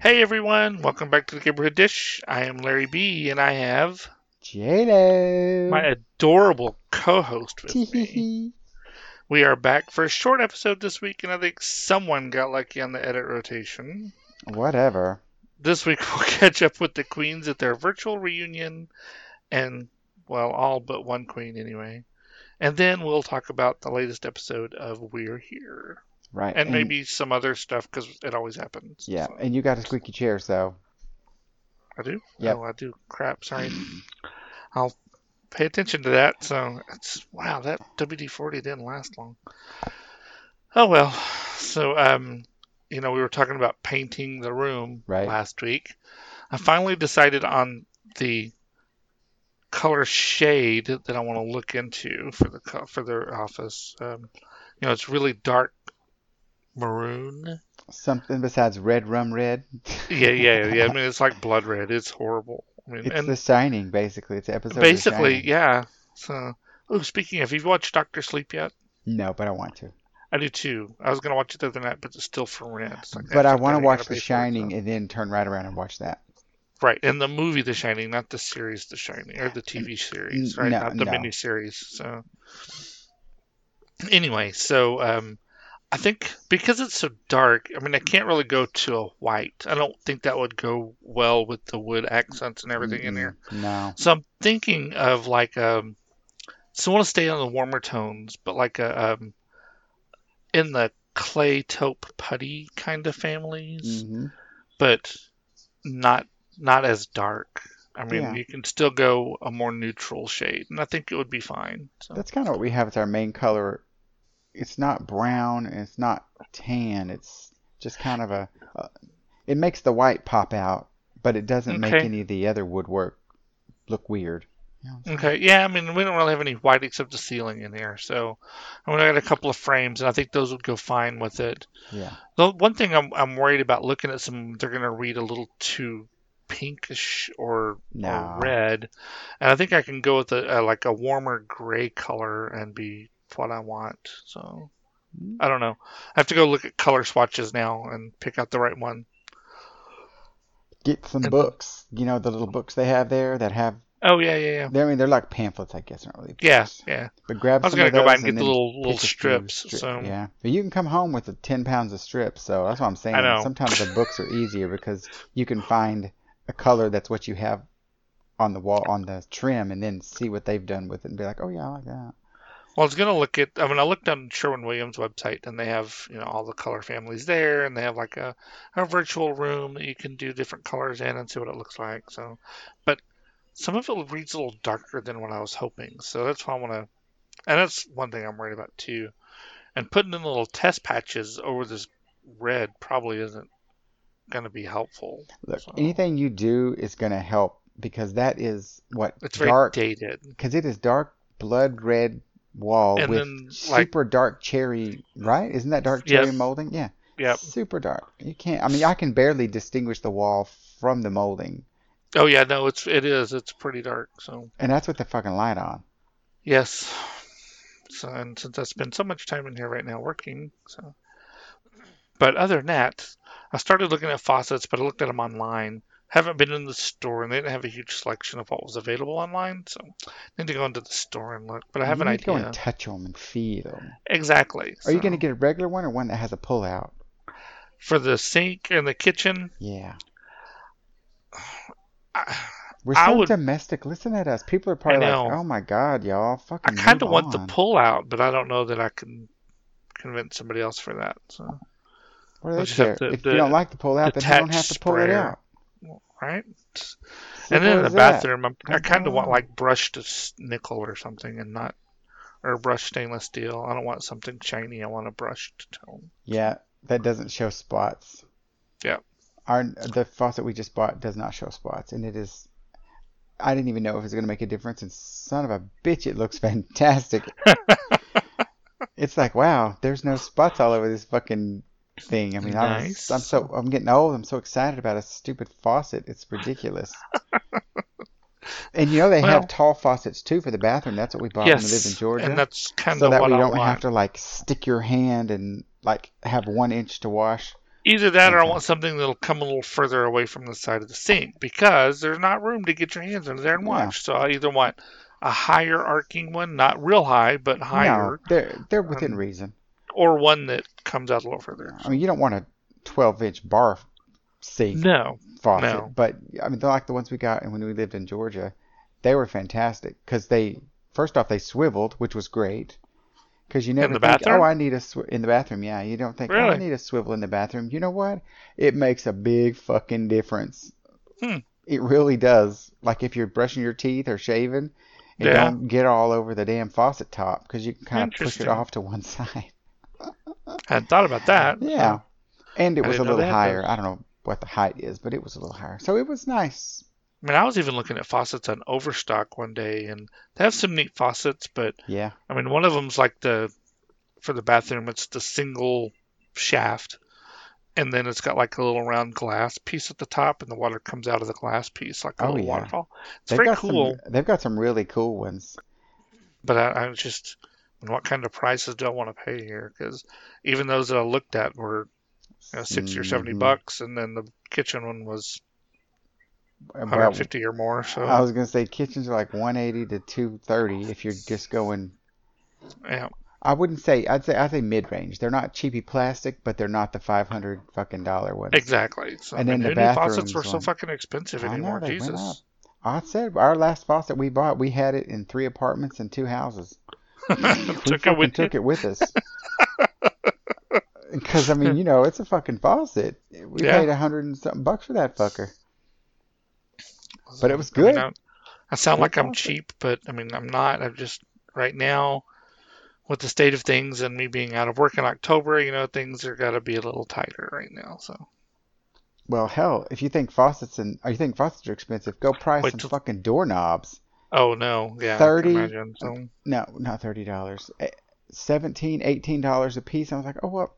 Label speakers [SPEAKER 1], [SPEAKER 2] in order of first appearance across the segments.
[SPEAKER 1] Hey everyone, welcome back to the Neighborhood Dish. I am Larry B, and I have
[SPEAKER 2] J-Lo.
[SPEAKER 1] my adorable co-host with me. We are back for a short episode this week, and I think someone got lucky on the edit rotation.
[SPEAKER 2] Whatever.
[SPEAKER 1] This week we'll catch up with the queens at their virtual reunion, and well, all but one queen anyway. And then we'll talk about the latest episode of We're Here,
[SPEAKER 2] Right.
[SPEAKER 1] and maybe some other stuff because it always happens.
[SPEAKER 2] Yeah,
[SPEAKER 1] So-
[SPEAKER 2] and you got a squeaky chair, so
[SPEAKER 1] I do.
[SPEAKER 2] Yep.
[SPEAKER 1] Oh, I do. Crap. Sorry. I'll pay attention to that. So it's wow. That WD forty didn't last long. Oh well. So um, you know, we were talking about painting the room
[SPEAKER 2] Right.
[SPEAKER 1] last week. I finally decided on the color shade that I want to look into for the co- for their office. Um, you know, it's really dark maroon.
[SPEAKER 2] something besides red rum red.
[SPEAKER 1] Yeah, yeah, yeah. I mean, it's like blood red. It's horrible. I mean,
[SPEAKER 2] It's
[SPEAKER 1] and
[SPEAKER 2] The Shining, basically. It's an episode. of The
[SPEAKER 1] Basically,
[SPEAKER 2] Shining.
[SPEAKER 1] yeah. So, oh, speaking of, have you watched Doctor Sleep yet?
[SPEAKER 2] No, but I want to.
[SPEAKER 1] I do too. I was gonna watch it the other night, but it's still for rent. It's like
[SPEAKER 2] but I
[SPEAKER 1] have
[SPEAKER 2] want to
[SPEAKER 1] pay-
[SPEAKER 2] watch
[SPEAKER 1] gotta
[SPEAKER 2] The
[SPEAKER 1] pay for it,
[SPEAKER 2] Shining
[SPEAKER 1] so-
[SPEAKER 2] and then turn right around and watch that.
[SPEAKER 1] Right, and the movie The Shining, not the series The Shining or the TV series,
[SPEAKER 2] N-
[SPEAKER 1] right?
[SPEAKER 2] no,
[SPEAKER 1] not the
[SPEAKER 2] no.
[SPEAKER 1] miniseries. So, anyway, so um, I think because it's so dark, I mean, I can't really go to a white. I don't think that would go well with the wood accents and everything in
[SPEAKER 2] Mm-mm.
[SPEAKER 1] there.
[SPEAKER 2] No.
[SPEAKER 1] So I'm thinking of like um, so I want to stay on the warmer tones, but like a um, in the clay taupe putty kind of families,
[SPEAKER 2] hmm
[SPEAKER 1] but not not as dark. I mean,
[SPEAKER 2] Yeah.
[SPEAKER 1] you can still go a more neutral shade, and I think it would be fine. So
[SPEAKER 2] That's kind of what we have as our main color. It's not brown and it's not tan. It's just kind of a. Uh, it makes the white pop out, but it doesn't make
[SPEAKER 1] Okay.
[SPEAKER 2] any of the other woodwork look weird. You know what I'm
[SPEAKER 1] okay, yeah. I mean, we don't really have any white except the ceiling in here, so I mean, I got a couple of frames, and I think those would go fine with it.
[SPEAKER 2] saying? Yeah.
[SPEAKER 1] The one thing I'm, I'm worried about looking at some, they're going to read a little too pinkish or,
[SPEAKER 2] No.
[SPEAKER 1] or red, and I think I can go with a, a like a warmer gray color and be what I want. So
[SPEAKER 2] Mm.
[SPEAKER 1] I don't know. I have to go look at color swatches now and pick out the right one.
[SPEAKER 2] Get some
[SPEAKER 1] And-
[SPEAKER 2] books. You know the little books they have there that have.
[SPEAKER 1] Oh yeah, yeah, yeah,
[SPEAKER 2] They're, I mean, they're like pamphlets, I guess, aren't really.
[SPEAKER 1] yeah,
[SPEAKER 2] books.
[SPEAKER 1] yeah.
[SPEAKER 2] But grab.
[SPEAKER 1] I was
[SPEAKER 2] some
[SPEAKER 1] going
[SPEAKER 2] of
[SPEAKER 1] to go
[SPEAKER 2] those
[SPEAKER 1] by and get
[SPEAKER 2] and
[SPEAKER 1] the
[SPEAKER 2] then
[SPEAKER 1] little
[SPEAKER 2] pick
[SPEAKER 1] little
[SPEAKER 2] a few
[SPEAKER 1] strips.
[SPEAKER 2] strip-
[SPEAKER 1] So
[SPEAKER 2] Yeah, but you can come home with the ten pounds of strips. So that's what I'm saying.
[SPEAKER 1] I know.
[SPEAKER 2] Sometimes the books are easier because you can find a color that's what you have on the wall on the trim, and then see what they've done with it, and be like, oh yeah, I like that.
[SPEAKER 1] Well, I was gonna look at. I mean, I looked on Sherwin Williams website, and they have you know all the color families there, and they have like a, a virtual room that you can do different colors in and see what it looks like. So, but some of it reads a little darker than what I was hoping. So that's why I want to, and that's one thing I'm worried about too. And putting in little test patches over this red probably isn't gonna be helpful.
[SPEAKER 2] Look,
[SPEAKER 1] So-
[SPEAKER 2] anything you do is gonna help because that is what
[SPEAKER 1] It's very
[SPEAKER 2] dark
[SPEAKER 1] dated.
[SPEAKER 2] because it is dark blood red wall
[SPEAKER 1] And
[SPEAKER 2] with
[SPEAKER 1] then, like-
[SPEAKER 2] super dark cherry, right? Isn't that dark
[SPEAKER 1] Yes.
[SPEAKER 2] cherry molding? Yeah.
[SPEAKER 1] Yep.
[SPEAKER 2] Super dark. You can't. I mean, I can barely distinguish the wall from the molding,
[SPEAKER 1] Oh yeah, no, it's it is. It's pretty dark. So.
[SPEAKER 2] and that's with the fucking light on.
[SPEAKER 1] Yes. So, and since I spend so much time in here right now working, so. But other than that, I started looking at faucets, but I looked at them online. Haven't been in the store, and they didn't have a huge selection of what was available online, so need to go into the store and look. But I have
[SPEAKER 2] you
[SPEAKER 1] an
[SPEAKER 2] need to go
[SPEAKER 1] idea.
[SPEAKER 2] and touch them and feel them.
[SPEAKER 1] exactly.
[SPEAKER 2] Are
[SPEAKER 1] So,
[SPEAKER 2] you going to get a regular one or one that has a pull out?
[SPEAKER 1] for the sink and the kitchen?
[SPEAKER 2] Yeah.
[SPEAKER 1] I,
[SPEAKER 2] We're
[SPEAKER 1] I
[SPEAKER 2] so
[SPEAKER 1] would-
[SPEAKER 2] domestic. Listen at us. People are probably
[SPEAKER 1] know.
[SPEAKER 2] like, "Oh my god, y'all,
[SPEAKER 1] I
[SPEAKER 2] fucking."
[SPEAKER 1] kind of
[SPEAKER 2] move
[SPEAKER 1] want the
[SPEAKER 2] on."
[SPEAKER 1] pull out, but I don't know that I can convince somebody else for that. So
[SPEAKER 2] What do
[SPEAKER 1] We'll
[SPEAKER 2] they
[SPEAKER 1] just have
[SPEAKER 2] care?
[SPEAKER 1] to-
[SPEAKER 2] if
[SPEAKER 1] the
[SPEAKER 2] you don't like the pull out, then you don't have
[SPEAKER 1] detached
[SPEAKER 2] to pull it
[SPEAKER 1] sprayer.
[SPEAKER 2] out.
[SPEAKER 1] right.
[SPEAKER 2] Simple
[SPEAKER 1] And then in the
[SPEAKER 2] as that. Oh.
[SPEAKER 1] bathroom, I'm, I
[SPEAKER 2] Come
[SPEAKER 1] kind of want
[SPEAKER 2] on.
[SPEAKER 1] like brushed s- nickel or something, and not or brushed stainless steel. I don't want something shiny. I want a brushed tone.
[SPEAKER 2] Yeah, that doesn't show spots.
[SPEAKER 1] Yeah.
[SPEAKER 2] our the faucet we just bought does not show spots, and it is. I didn't even know if it's going to make a difference, and son of a bitch, it looks fantastic. it's like wow, there's no spots all over this fucking thing. I mean,
[SPEAKER 1] Nice.
[SPEAKER 2] I'm, I'm so I'm getting old. I'm so excited about a stupid faucet. It's ridiculous. and you know they
[SPEAKER 1] Well-
[SPEAKER 2] have tall faucets too for the bathroom. That's what we bought when we lived in Georgia
[SPEAKER 1] and that's kind
[SPEAKER 2] so
[SPEAKER 1] of
[SPEAKER 2] that
[SPEAKER 1] what
[SPEAKER 2] we
[SPEAKER 1] I
[SPEAKER 2] don't
[SPEAKER 1] want.
[SPEAKER 2] have to like stick your hand and like have one inch to wash.
[SPEAKER 1] Either that, or I
[SPEAKER 2] Okay.
[SPEAKER 1] want something that'll come a little further away from the side of the sink because there's not room to get your hands under there and
[SPEAKER 2] Yeah.
[SPEAKER 1] watch. So I either want a higher arcing one, not real high, but higher,
[SPEAKER 2] No, they're they're within
[SPEAKER 1] Um,
[SPEAKER 2] reason.
[SPEAKER 1] or one that comes out a little further.
[SPEAKER 2] I mean, you don't want a 12 inch bar sink
[SPEAKER 1] No,
[SPEAKER 2] faucet,
[SPEAKER 1] no.
[SPEAKER 2] but I mean, they're like the ones we got and when we lived in Georgia, they were fantastic because they first off they swiveled, which was great. Because you never
[SPEAKER 1] the
[SPEAKER 2] think,
[SPEAKER 1] bathroom?
[SPEAKER 2] oh, I need a sw-. in the bathroom. Yeah, you don't think, oh, I
[SPEAKER 1] Really?
[SPEAKER 2] need a swivel in the bathroom. You know what? It makes a big fucking difference.
[SPEAKER 1] Hmm.
[SPEAKER 2] It really does. Like if you're brushing your teeth or shaving, it
[SPEAKER 1] Yeah.
[SPEAKER 2] don't get all over the damn faucet top because you can kind of push it
[SPEAKER 1] Interesting.
[SPEAKER 2] off to one side.
[SPEAKER 1] hadn't thought about that.
[SPEAKER 2] Yeah. And it
[SPEAKER 1] I
[SPEAKER 2] was a
[SPEAKER 1] didn't know they
[SPEAKER 2] little
[SPEAKER 1] had
[SPEAKER 2] higher.
[SPEAKER 1] those.
[SPEAKER 2] I don't know what the height is, but it was a little higher. So it was nice.
[SPEAKER 1] I mean, I was even looking at faucets on Overstock one day, and they have some neat faucets, but
[SPEAKER 2] Yeah.
[SPEAKER 1] I mean, one of them's like the for the bathroom, it's the single shaft, and then it's got like a little round glass piece at the top, and the water comes out of the glass piece like a
[SPEAKER 2] Oh,
[SPEAKER 1] little
[SPEAKER 2] yeah.
[SPEAKER 1] waterfall. It's
[SPEAKER 2] They've
[SPEAKER 1] very
[SPEAKER 2] got
[SPEAKER 1] cool,
[SPEAKER 2] some they've got some really cool ones.
[SPEAKER 1] but I, I was just, I mean, what kind of prices do I want to pay here? Because even those that I looked at were you know, 60 or 70
[SPEAKER 2] Mhm.
[SPEAKER 1] bucks, and then the kitchen one was
[SPEAKER 2] Well,
[SPEAKER 1] 150 or more. So
[SPEAKER 2] I was gonna say kitchens are like 180 to 230 if you're just going.
[SPEAKER 1] yeah,
[SPEAKER 2] I wouldn't say I'd say I'd say mid range. They're not cheapy plastic, but they're not the 500 fucking dollar ones.
[SPEAKER 1] exactly. So,
[SPEAKER 2] And
[SPEAKER 1] I mean,
[SPEAKER 2] then the
[SPEAKER 1] who knew faucets
[SPEAKER 2] bathrooms
[SPEAKER 1] were so
[SPEAKER 2] one.
[SPEAKER 1] fucking expensive
[SPEAKER 2] I know,
[SPEAKER 1] anymore?
[SPEAKER 2] they went up.
[SPEAKER 1] Jesus.
[SPEAKER 2] I said our last faucet we bought, we had it in three apartments and two houses. we
[SPEAKER 1] Took it
[SPEAKER 2] fucking
[SPEAKER 1] with you.
[SPEAKER 2] took it with us. Because I mean, you know, it's a fucking faucet. We
[SPEAKER 1] Yeah.
[SPEAKER 2] paid a hundred and something bucks for that fucker. But it was
[SPEAKER 1] I mean,
[SPEAKER 2] good.
[SPEAKER 1] I, I sound
[SPEAKER 2] Good
[SPEAKER 1] like I'm
[SPEAKER 2] profit.
[SPEAKER 1] cheap, but I mean I'm not. I'm just right now with the state of things and me being out of work in October, you know, things are gotta be a little tighter right now. So
[SPEAKER 2] Well, hell, if you think faucets and or you think faucets are expensive, go price
[SPEAKER 1] Wait
[SPEAKER 2] some
[SPEAKER 1] till-
[SPEAKER 2] fucking doorknobs.
[SPEAKER 1] oh no, yeah,
[SPEAKER 2] 30
[SPEAKER 1] I can imagine. So
[SPEAKER 2] No, not thirty dollars. Eh, Seventeen, eighteen dollars a piece. I was like, oh well,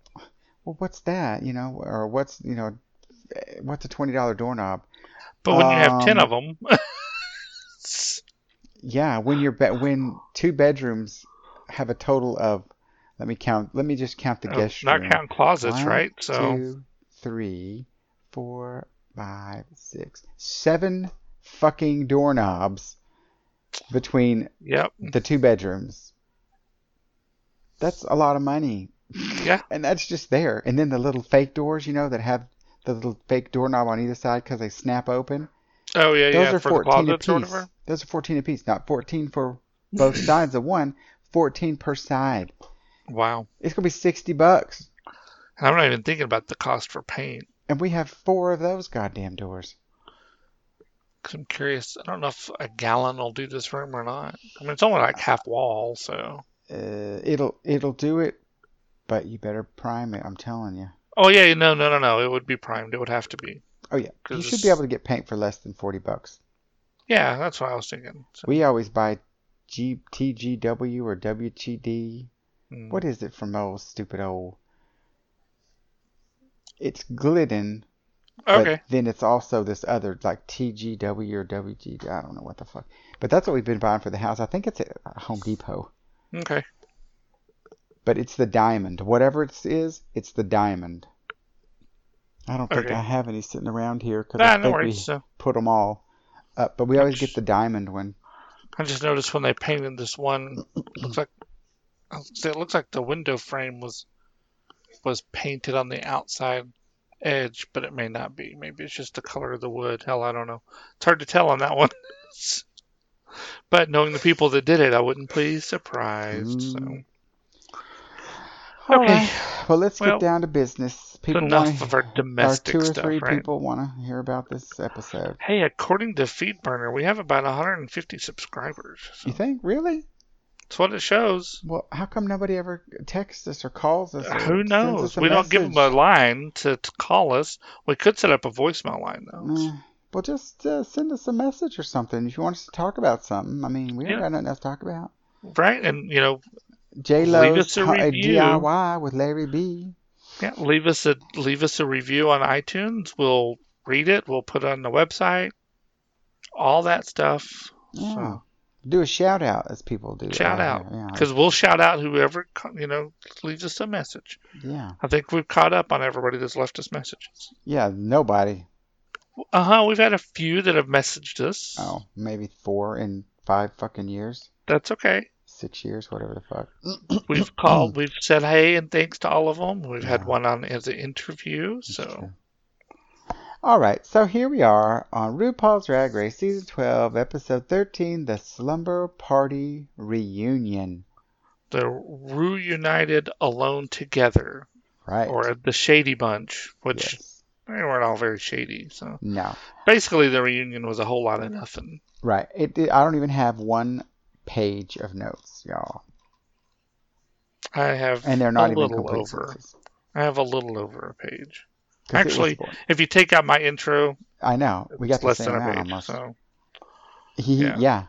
[SPEAKER 2] well, what's that? You know, or what's you know, eh, what's a twenty dollar doorknob?
[SPEAKER 1] but when you have ten
[SPEAKER 2] Um,
[SPEAKER 1] of them
[SPEAKER 2] Yeah, when you're be- when two bedrooms have a total of, let me count. Let me just count the guest
[SPEAKER 1] Oh, not
[SPEAKER 2] room.
[SPEAKER 1] counting closets,
[SPEAKER 2] One,
[SPEAKER 1] right? So
[SPEAKER 2] two, three, four, five, six, seven fucking doorknobs between
[SPEAKER 1] yep.
[SPEAKER 2] the two bedrooms. That's a lot of money.
[SPEAKER 1] Yeah.
[SPEAKER 2] And that's just there. And then the little fake doors, you know, that have the little fake doorknob on either side because they snap open.
[SPEAKER 1] Oh yeah,
[SPEAKER 2] Those
[SPEAKER 1] yeah,
[SPEAKER 2] are
[SPEAKER 1] for the
[SPEAKER 2] 14
[SPEAKER 1] closets or
[SPEAKER 2] apiece.
[SPEAKER 1] whatever.
[SPEAKER 2] Those are 14 apiece, not 14 for both sides of one, 14 per side.
[SPEAKER 1] Wow.
[SPEAKER 2] It's going to be 60 bucks.
[SPEAKER 1] And I'm not even thinking about the cost for paint.
[SPEAKER 2] And we have four of those goddamn doors.
[SPEAKER 1] 'Cause I'm curious. I don't know if a gallon will do this room or not. I mean, it's only like half wall, so.
[SPEAKER 2] Uh, it'll it'll do it, but you better prime it. I'm telling you.
[SPEAKER 1] Oh yeah, no, no, no, no. It would be primed. It would have to be.
[SPEAKER 2] Oh yeah, you
[SPEAKER 1] 'Cause
[SPEAKER 2] should
[SPEAKER 1] it's-
[SPEAKER 2] be able to get paint for less than 40 bucks.
[SPEAKER 1] Yeah, that's what I was thinking. So,
[SPEAKER 2] We always buy G, TGW or WTD.
[SPEAKER 1] mm.
[SPEAKER 2] What is it from old stupid old? It's Glidden,
[SPEAKER 1] okay.
[SPEAKER 2] but then it's also this other like TGW or WG. I don't know what the fuck. But that's what we've been buying for the house. I think it's at Home Depot.
[SPEAKER 1] Okay.
[SPEAKER 2] But it's the diamond. Whatever it is, it's the diamond. I don't think
[SPEAKER 1] Okay.
[SPEAKER 2] I have any sitting around here because
[SPEAKER 1] Nah,
[SPEAKER 2] I
[SPEAKER 1] no
[SPEAKER 2] think
[SPEAKER 1] worries.
[SPEAKER 2] we
[SPEAKER 1] So
[SPEAKER 2] put them all up. But we always get
[SPEAKER 1] That's-
[SPEAKER 2] the diamond one.
[SPEAKER 1] I just noticed when they painted this one, looks like I was gonna say, it looks like the window frame was was painted on the outside edge, but it may not be. Maybe it's just the color of the wood. Hell, I don't know. It's hard to tell on that one. but knowing the people that did it, I wouldn't be surprised. So
[SPEAKER 2] Mm. All
[SPEAKER 1] Okay.
[SPEAKER 2] right. Well, let's
[SPEAKER 1] Well,
[SPEAKER 2] get down to business. People want
[SPEAKER 1] enough
[SPEAKER 2] to
[SPEAKER 1] of our
[SPEAKER 2] our
[SPEAKER 1] domestic
[SPEAKER 2] two or
[SPEAKER 1] stuff,
[SPEAKER 2] three
[SPEAKER 1] right?
[SPEAKER 2] people want to hear about this episode.
[SPEAKER 1] Hey, according to FeedBurner, we have about 150 subscribers. So
[SPEAKER 2] You think? Really?
[SPEAKER 1] It's what it shows.
[SPEAKER 2] Well, how come nobody ever texts us or calls us? or
[SPEAKER 1] Uh, Who
[SPEAKER 2] sends
[SPEAKER 1] knows?
[SPEAKER 2] us a
[SPEAKER 1] We don't give them a
[SPEAKER 2] message?
[SPEAKER 1] line to, to call us. We could set up a voicemail line though.
[SPEAKER 2] Eh, Well, just uh, send us a message or something if you want us to talk about something. I mean, we don't
[SPEAKER 1] Yeah.
[SPEAKER 2] got nothing else to talk about. uh,
[SPEAKER 1] Right? And you know,
[SPEAKER 2] J
[SPEAKER 1] Leave
[SPEAKER 2] Lo's
[SPEAKER 1] us a review.
[SPEAKER 2] DIY with Larry B.
[SPEAKER 1] yeah, leave us a leave us a review on iTunes. We'll read it. We'll put it on the website. All that stuff.
[SPEAKER 2] Yeah.
[SPEAKER 1] So-
[SPEAKER 2] Do a shout out as people do.
[SPEAKER 1] Shout out.
[SPEAKER 2] here. Mm. Oh, Yeah.
[SPEAKER 1] Because we'll shout out whoever co- you know leaves us a message.
[SPEAKER 2] yeah.
[SPEAKER 1] I think we've caught up on everybody that's left us messages.
[SPEAKER 2] Yeah. Nobody.
[SPEAKER 1] Uh huh. We've had a few that have messaged us.
[SPEAKER 2] Oh, maybe four in five fucking years,
[SPEAKER 1] That's okay.
[SPEAKER 2] six years, whatever the fuck.
[SPEAKER 1] We've called. We've said hey and thanks to all of them. We've had
[SPEAKER 2] Mm. Yeah.
[SPEAKER 1] one on as an interview.
[SPEAKER 2] That's
[SPEAKER 1] So
[SPEAKER 2] true. All right, so here we are on RuPaul's Drag Race season 12, episode 13, the Slumber Party Reunion.
[SPEAKER 1] the Rue United alone together,
[SPEAKER 2] Right.
[SPEAKER 1] or the Shady Bunch, which
[SPEAKER 2] Yes.
[SPEAKER 1] they weren't all very shady. So
[SPEAKER 2] No.
[SPEAKER 1] basically, the reunion was a whole lot of nothing.
[SPEAKER 2] Right. It, it- I don't even have one page of notes, y'all,
[SPEAKER 1] I have
[SPEAKER 2] and they're not
[SPEAKER 1] a
[SPEAKER 2] even
[SPEAKER 1] little
[SPEAKER 2] complete
[SPEAKER 1] over.
[SPEAKER 2] sentences. 'Cause
[SPEAKER 1] I have a little over a page.
[SPEAKER 2] it was
[SPEAKER 1] Actually,
[SPEAKER 2] boring.
[SPEAKER 1] If you take out my intro,
[SPEAKER 2] I know we got
[SPEAKER 1] it's
[SPEAKER 2] the
[SPEAKER 1] less
[SPEAKER 2] same
[SPEAKER 1] than a
[SPEAKER 2] amount
[SPEAKER 1] page.
[SPEAKER 2] almost.
[SPEAKER 1] So
[SPEAKER 2] He, yeah.
[SPEAKER 1] Yeah.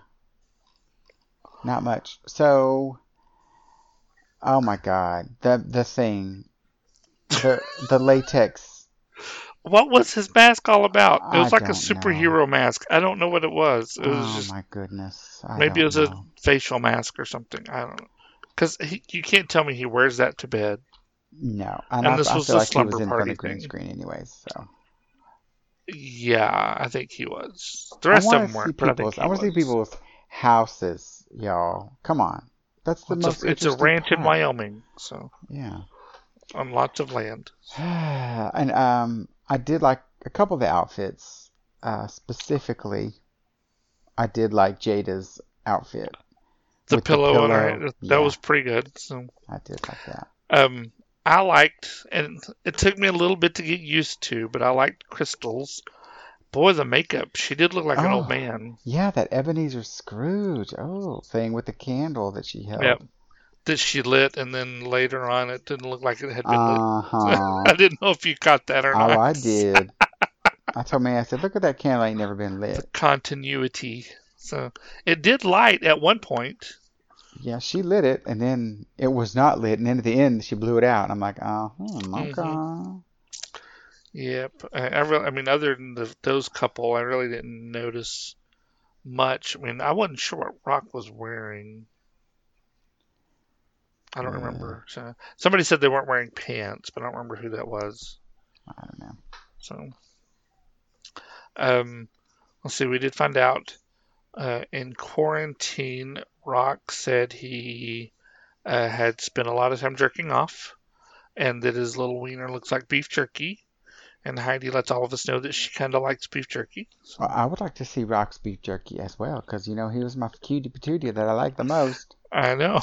[SPEAKER 2] Not much. So, oh my God, the the thing, the the latex.
[SPEAKER 1] what was his mask all about? It
[SPEAKER 2] I
[SPEAKER 1] was like a
[SPEAKER 2] don't know.
[SPEAKER 1] superhero mask. I don't know what it was. It was
[SPEAKER 2] oh
[SPEAKER 1] just
[SPEAKER 2] my goodness. I
[SPEAKER 1] maybe
[SPEAKER 2] don't
[SPEAKER 1] it was
[SPEAKER 2] know.
[SPEAKER 1] a facial mask or something. I don't know. Because you can't tell me he wears that to bed.
[SPEAKER 2] no. And,
[SPEAKER 1] and
[SPEAKER 2] I,
[SPEAKER 1] this
[SPEAKER 2] I
[SPEAKER 1] was
[SPEAKER 2] feel
[SPEAKER 1] the
[SPEAKER 2] like he was
[SPEAKER 1] slumber
[SPEAKER 2] in front
[SPEAKER 1] party
[SPEAKER 2] of green
[SPEAKER 1] thing.
[SPEAKER 2] screen anyways. So
[SPEAKER 1] Yeah, I think he was. The rest of
[SPEAKER 2] I want
[SPEAKER 1] them
[SPEAKER 2] to see
[SPEAKER 1] weren't, but I think
[SPEAKER 2] people's.
[SPEAKER 1] he
[SPEAKER 2] I want to see
[SPEAKER 1] was.
[SPEAKER 2] people's houses, y'all. Come on, that's the
[SPEAKER 1] It's a-
[SPEAKER 2] most.
[SPEAKER 1] it's a,
[SPEAKER 2] interesting
[SPEAKER 1] ranch in
[SPEAKER 2] part.
[SPEAKER 1] Wyoming, so
[SPEAKER 2] Yeah.
[SPEAKER 1] on lots of land.
[SPEAKER 2] and um, I did like a couple of the outfits. Uh, specifically, I did like Jada's outfit.
[SPEAKER 1] The
[SPEAKER 2] With the
[SPEAKER 1] pillow, on her
[SPEAKER 2] pillow,
[SPEAKER 1] head,
[SPEAKER 2] yeah.
[SPEAKER 1] that was pretty good. So,
[SPEAKER 2] I did like that.
[SPEAKER 1] um, I liked, and it took me a little bit to get used to, but I liked Crystal's. Boy, the makeup. She did look like an
[SPEAKER 2] Oh.
[SPEAKER 1] old man.
[SPEAKER 2] Yeah, that Ebenezer Scrooge oh thing with the candle that she held.
[SPEAKER 1] Yep. That she lit, and then later on, it didn't look like it had been lit.
[SPEAKER 2] Uh huh.
[SPEAKER 1] I didn't know if you caught that or not.
[SPEAKER 2] oh, I did. I told May, I said, look at that candle ain't never been lit.
[SPEAKER 1] The continuity. So it did light at one point.
[SPEAKER 2] Yeah, she lit it, and then it was not lit, and then at the end she blew it out. I'm like, oh, hmm, okay.
[SPEAKER 1] Mm-hmm. Yep. I, I, really, I mean, other than the, those couple, I really didn't notice much. I mean, I wasn't sure what Rock was wearing. I don't
[SPEAKER 2] Yeah.
[SPEAKER 1] remember. So, somebody said they weren't wearing pants, but I don't remember who that was.
[SPEAKER 2] I don't know.
[SPEAKER 1] So, um, let's see. We did find out uh, in quarantine, Rock said he uh, had spent a lot of time jerking off, and that his little wiener looks like beef jerky. And Heidi lets all of us know that she kind of likes beef jerky.
[SPEAKER 2] Well, I would like to see Rock's beef jerky as well, because you know he was my cutie patootie that I like the most.
[SPEAKER 1] I know.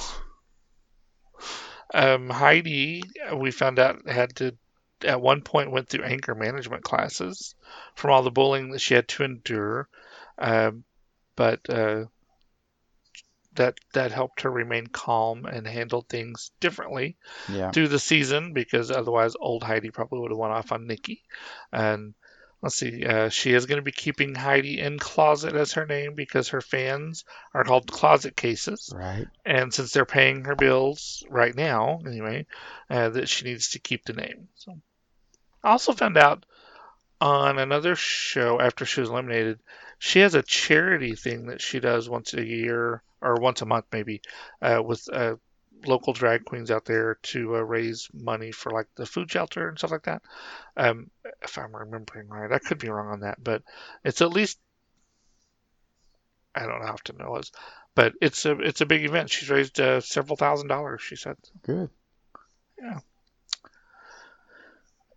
[SPEAKER 1] Um, Heidi, we found out had to at one point went through anger management classes from all the bullying that she had to endure, um, but uh, that that helped her remain calm and handle things differently
[SPEAKER 2] Yeah.
[SPEAKER 1] through the season because otherwise old Heidi probably would have went off on Nikki. And let's see, uh, she is going to be keeping Heidi in closet as her name because her fans are called closet cases
[SPEAKER 2] Right.
[SPEAKER 1] and since they're paying her bills right now anyway uh, that she needs to keep the name so i also found out on another show after she was eliminated she has a charity thing that she does once a year or once a month maybe uh, with uh, local drag queens out there to uh, raise money for like the food shelter and stuff like that um, if i'm remembering right i could be wrong on that but it's at least i don't know how often it was but it's a it's a big event. She's raised uh, several thousand dollars. She said
[SPEAKER 2] Good.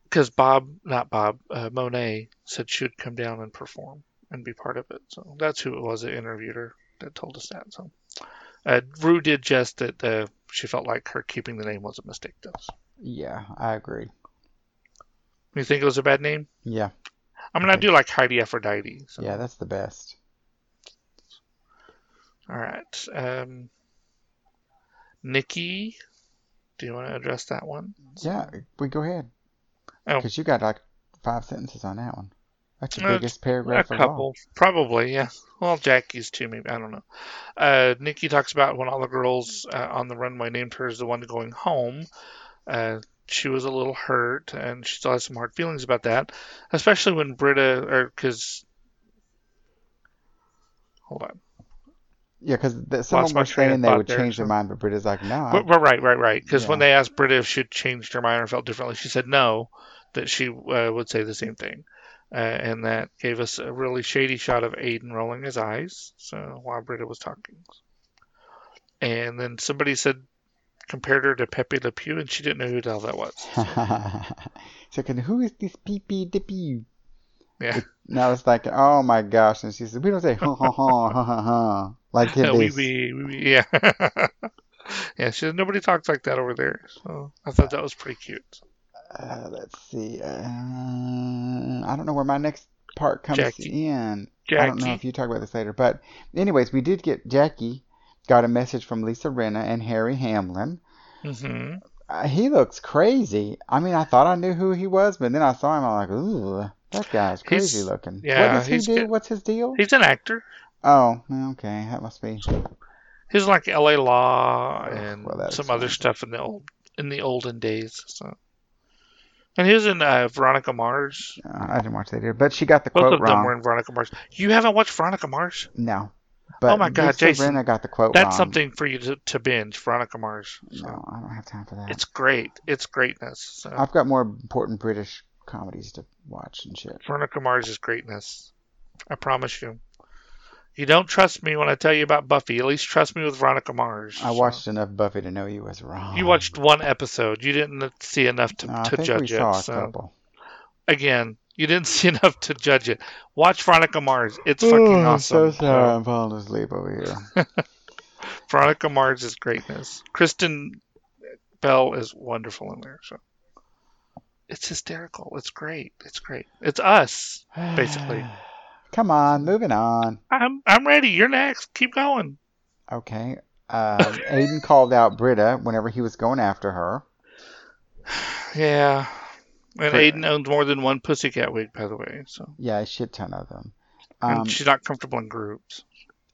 [SPEAKER 1] because Bob, not Bob, uh, Monet said she would come down and perform and be part of it. So that's who it was that interviewed her that told us that. So uh, Rue did just that. Uh, she felt like her keeping the name was a mistake. Though,
[SPEAKER 2] Yeah, I agree.
[SPEAKER 1] you think it was a bad name?
[SPEAKER 2] Yeah.
[SPEAKER 1] I mean, I do like Heidi Aphrodite. So.
[SPEAKER 2] Yeah, that's the best.
[SPEAKER 1] All right. Um, Nikki, do you want to address that one?
[SPEAKER 2] Yeah, we go ahead.
[SPEAKER 1] Oh.
[SPEAKER 2] Because you got like five sentences on that one. That's your
[SPEAKER 1] Uh,
[SPEAKER 2] biggest paragraph
[SPEAKER 1] a
[SPEAKER 2] of
[SPEAKER 1] couple,
[SPEAKER 2] all.
[SPEAKER 1] probably, yeah. Well, Jackie's too, maybe I don't know. Uh, Nikki talks about when all the girls uh, on the runway named her as the one going home. Uh, she was a little hurt, and she still has some hard feelings about that, especially when Britta, or because. Hold on.
[SPEAKER 2] Yeah, because someone
[SPEAKER 1] my
[SPEAKER 2] was
[SPEAKER 1] train of
[SPEAKER 2] saying they
[SPEAKER 1] thought
[SPEAKER 2] would
[SPEAKER 1] there,
[SPEAKER 2] change
[SPEAKER 1] so-
[SPEAKER 2] their mind, but Britta's like, no,
[SPEAKER 1] Well, well, right, right, right. Because when
[SPEAKER 2] Uh, Yeah.
[SPEAKER 1] they asked Britta if she'd changed her mind or felt differently, she said no, that she uh, would say the same thing. Uh, and that gave us a really shady shot of Aiden rolling his eyes so while Britta was talking. And then somebody said, compared her to Pepe Le Pew, and she didn't know who the hell that was.
[SPEAKER 2] so can, who is this pee pee dippy?
[SPEAKER 1] Yeah.
[SPEAKER 2] And I was like, oh my gosh. And she said, we don't say ha ha ha ha ha ha. Like it
[SPEAKER 1] Uh, wee
[SPEAKER 2] is.
[SPEAKER 1] wee, wee wee, yeah. yeah, she said, nobody talks like that over there. So I thought that was pretty cute.
[SPEAKER 2] Uh, let's see. Uh, I don't know where my next part comes
[SPEAKER 1] Jackie.
[SPEAKER 2] in. I don't know
[SPEAKER 1] Jackie.
[SPEAKER 2] if you talk about this later, but anyways, we did get Jackie got a message from Lisa Renna and Harry Hamlin.
[SPEAKER 1] hmm
[SPEAKER 2] Uh, he looks crazy. I mean, I thought I knew who he was, but then I saw him. I'm like, ooh, that guy's crazy
[SPEAKER 1] He's-
[SPEAKER 2] looking. What
[SPEAKER 1] yeah,
[SPEAKER 2] does he
[SPEAKER 1] he's
[SPEAKER 2] do?
[SPEAKER 1] get-
[SPEAKER 2] What's his deal?
[SPEAKER 1] He's an actor.
[SPEAKER 2] Oh, okay, that must be. uh,
[SPEAKER 1] He's like L.A. Law
[SPEAKER 2] Ugh,
[SPEAKER 1] and
[SPEAKER 2] well, that
[SPEAKER 1] some other
[SPEAKER 2] explains it.
[SPEAKER 1] stuff in the old in the olden days. So, and he was in uh, Veronica Mars.
[SPEAKER 2] Uh, I didn't watch that either, but she got the
[SPEAKER 1] Both
[SPEAKER 2] quote
[SPEAKER 1] of them
[SPEAKER 2] wrong.
[SPEAKER 1] were in Veronica Mars. You haven't watched Veronica Mars?
[SPEAKER 2] No, but
[SPEAKER 1] Oh my God,
[SPEAKER 2] Lisa
[SPEAKER 1] Jason,
[SPEAKER 2] Renna got the quote
[SPEAKER 1] That's
[SPEAKER 2] wrong.
[SPEAKER 1] something for you to, to binge. Veronica Mars. So,
[SPEAKER 2] No, I don't have time for that.
[SPEAKER 1] It's uh, great. It's greatness. So,
[SPEAKER 2] I've got more important British comedies to watch and shit.
[SPEAKER 1] Veronica Mars is greatness. I promise you. You don't trust me when I tell you about Buffy. At least trust me with Veronica Mars.
[SPEAKER 2] I
[SPEAKER 1] So,
[SPEAKER 2] watched enough Buffy to know you was wrong.
[SPEAKER 1] You watched one episode. You didn't see enough to,
[SPEAKER 2] No, I
[SPEAKER 1] to
[SPEAKER 2] think
[SPEAKER 1] judge
[SPEAKER 2] we
[SPEAKER 1] it.
[SPEAKER 2] saw a
[SPEAKER 1] so.
[SPEAKER 2] couple.
[SPEAKER 1] again, you didn't see enough to judge it. Watch Veronica Mars. It's fucking
[SPEAKER 2] I'm
[SPEAKER 1] awesome. Uh,
[SPEAKER 2] so sorry. I'm falling asleep over here.
[SPEAKER 1] Veronica Mars is greatness. Kristen Bell is wonderful in there. So it's hysterical. It's great. It's great. It's us. Basically.
[SPEAKER 2] Come on, moving on.
[SPEAKER 1] I'm I'm ready. You're next. Keep going.
[SPEAKER 2] Okay. Uh, Aiden called out Britta whenever he was going after her.
[SPEAKER 1] Yeah. And
[SPEAKER 2] But-
[SPEAKER 1] Aiden owns more than one pussycat wig, by the way. So
[SPEAKER 2] Yeah, a shit ton of them.
[SPEAKER 1] and
[SPEAKER 2] Um,
[SPEAKER 1] she's not comfortable in groups.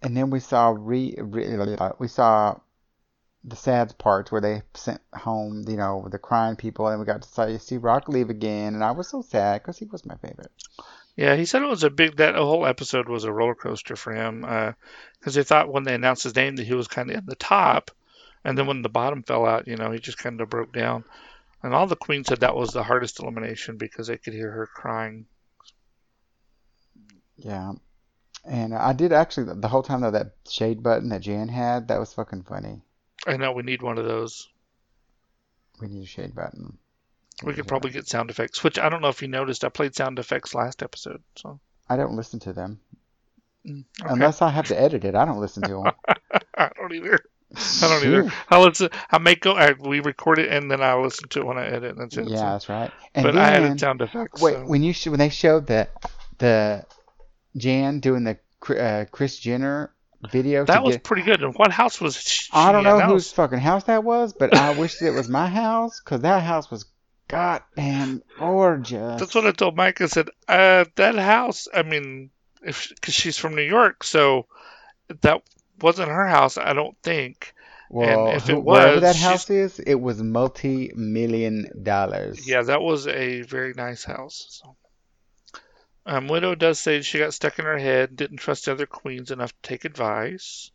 [SPEAKER 2] and then we saw re, re we saw the sad parts where they sent home, you know, the crying people, and we got to see- see Rock leave again, and I was so sad because he was my favorite.
[SPEAKER 1] Yeah, he said it was a big that whole episode was a roller coaster for him because they thought when they announced his name that he was kind of at the top, and then when the bottom fell out, you know, he just kind of broke down. And all the queens said that was the hardest elimination because they could hear her crying.
[SPEAKER 2] Yeah, and I did actually the whole time though that shade button that Jan had that was fucking funny.
[SPEAKER 1] I know we need one of those.
[SPEAKER 2] We need a shade button.
[SPEAKER 1] We could probably
[SPEAKER 2] Mm-hmm.
[SPEAKER 1] get sound effects, which I don't know if you noticed. I played sound effects last episode, so
[SPEAKER 2] I don't listen to them
[SPEAKER 1] Mm, okay.
[SPEAKER 2] unless I have to edit it. I don't listen to them.
[SPEAKER 1] I don't either. I don't either. I listen. I make go. I, we record it and then I listen to it when I edit. And that's it.
[SPEAKER 2] Yeah, that's right.
[SPEAKER 1] So.
[SPEAKER 2] And
[SPEAKER 1] But I
[SPEAKER 2] then,
[SPEAKER 1] added sound effects.
[SPEAKER 2] wait,
[SPEAKER 1] so-
[SPEAKER 2] when you sh- when they showed the the Jan doing the Chr- uh, Chris Jenner video, to
[SPEAKER 1] That was
[SPEAKER 2] get-
[SPEAKER 1] pretty good. And what house was she
[SPEAKER 2] I don't know
[SPEAKER 1] in? That
[SPEAKER 2] whose
[SPEAKER 1] was-
[SPEAKER 2] fucking house that was, but I wish it was my house because that house was goddamn gorgeous.
[SPEAKER 1] That's what I told Mike. I said, uh, that house, I mean, if because she's from New York, so that wasn't her house, I don't think.
[SPEAKER 2] well,
[SPEAKER 1] and if
[SPEAKER 2] who-
[SPEAKER 1] it
[SPEAKER 2] wherever
[SPEAKER 1] was,
[SPEAKER 2] that
[SPEAKER 1] she's-
[SPEAKER 2] house is, it was multi-million dollars.
[SPEAKER 1] Yeah, that was a very nice house. So. Um, Widow does say she got stuck in her head, didn't trust the other queens enough to take advice.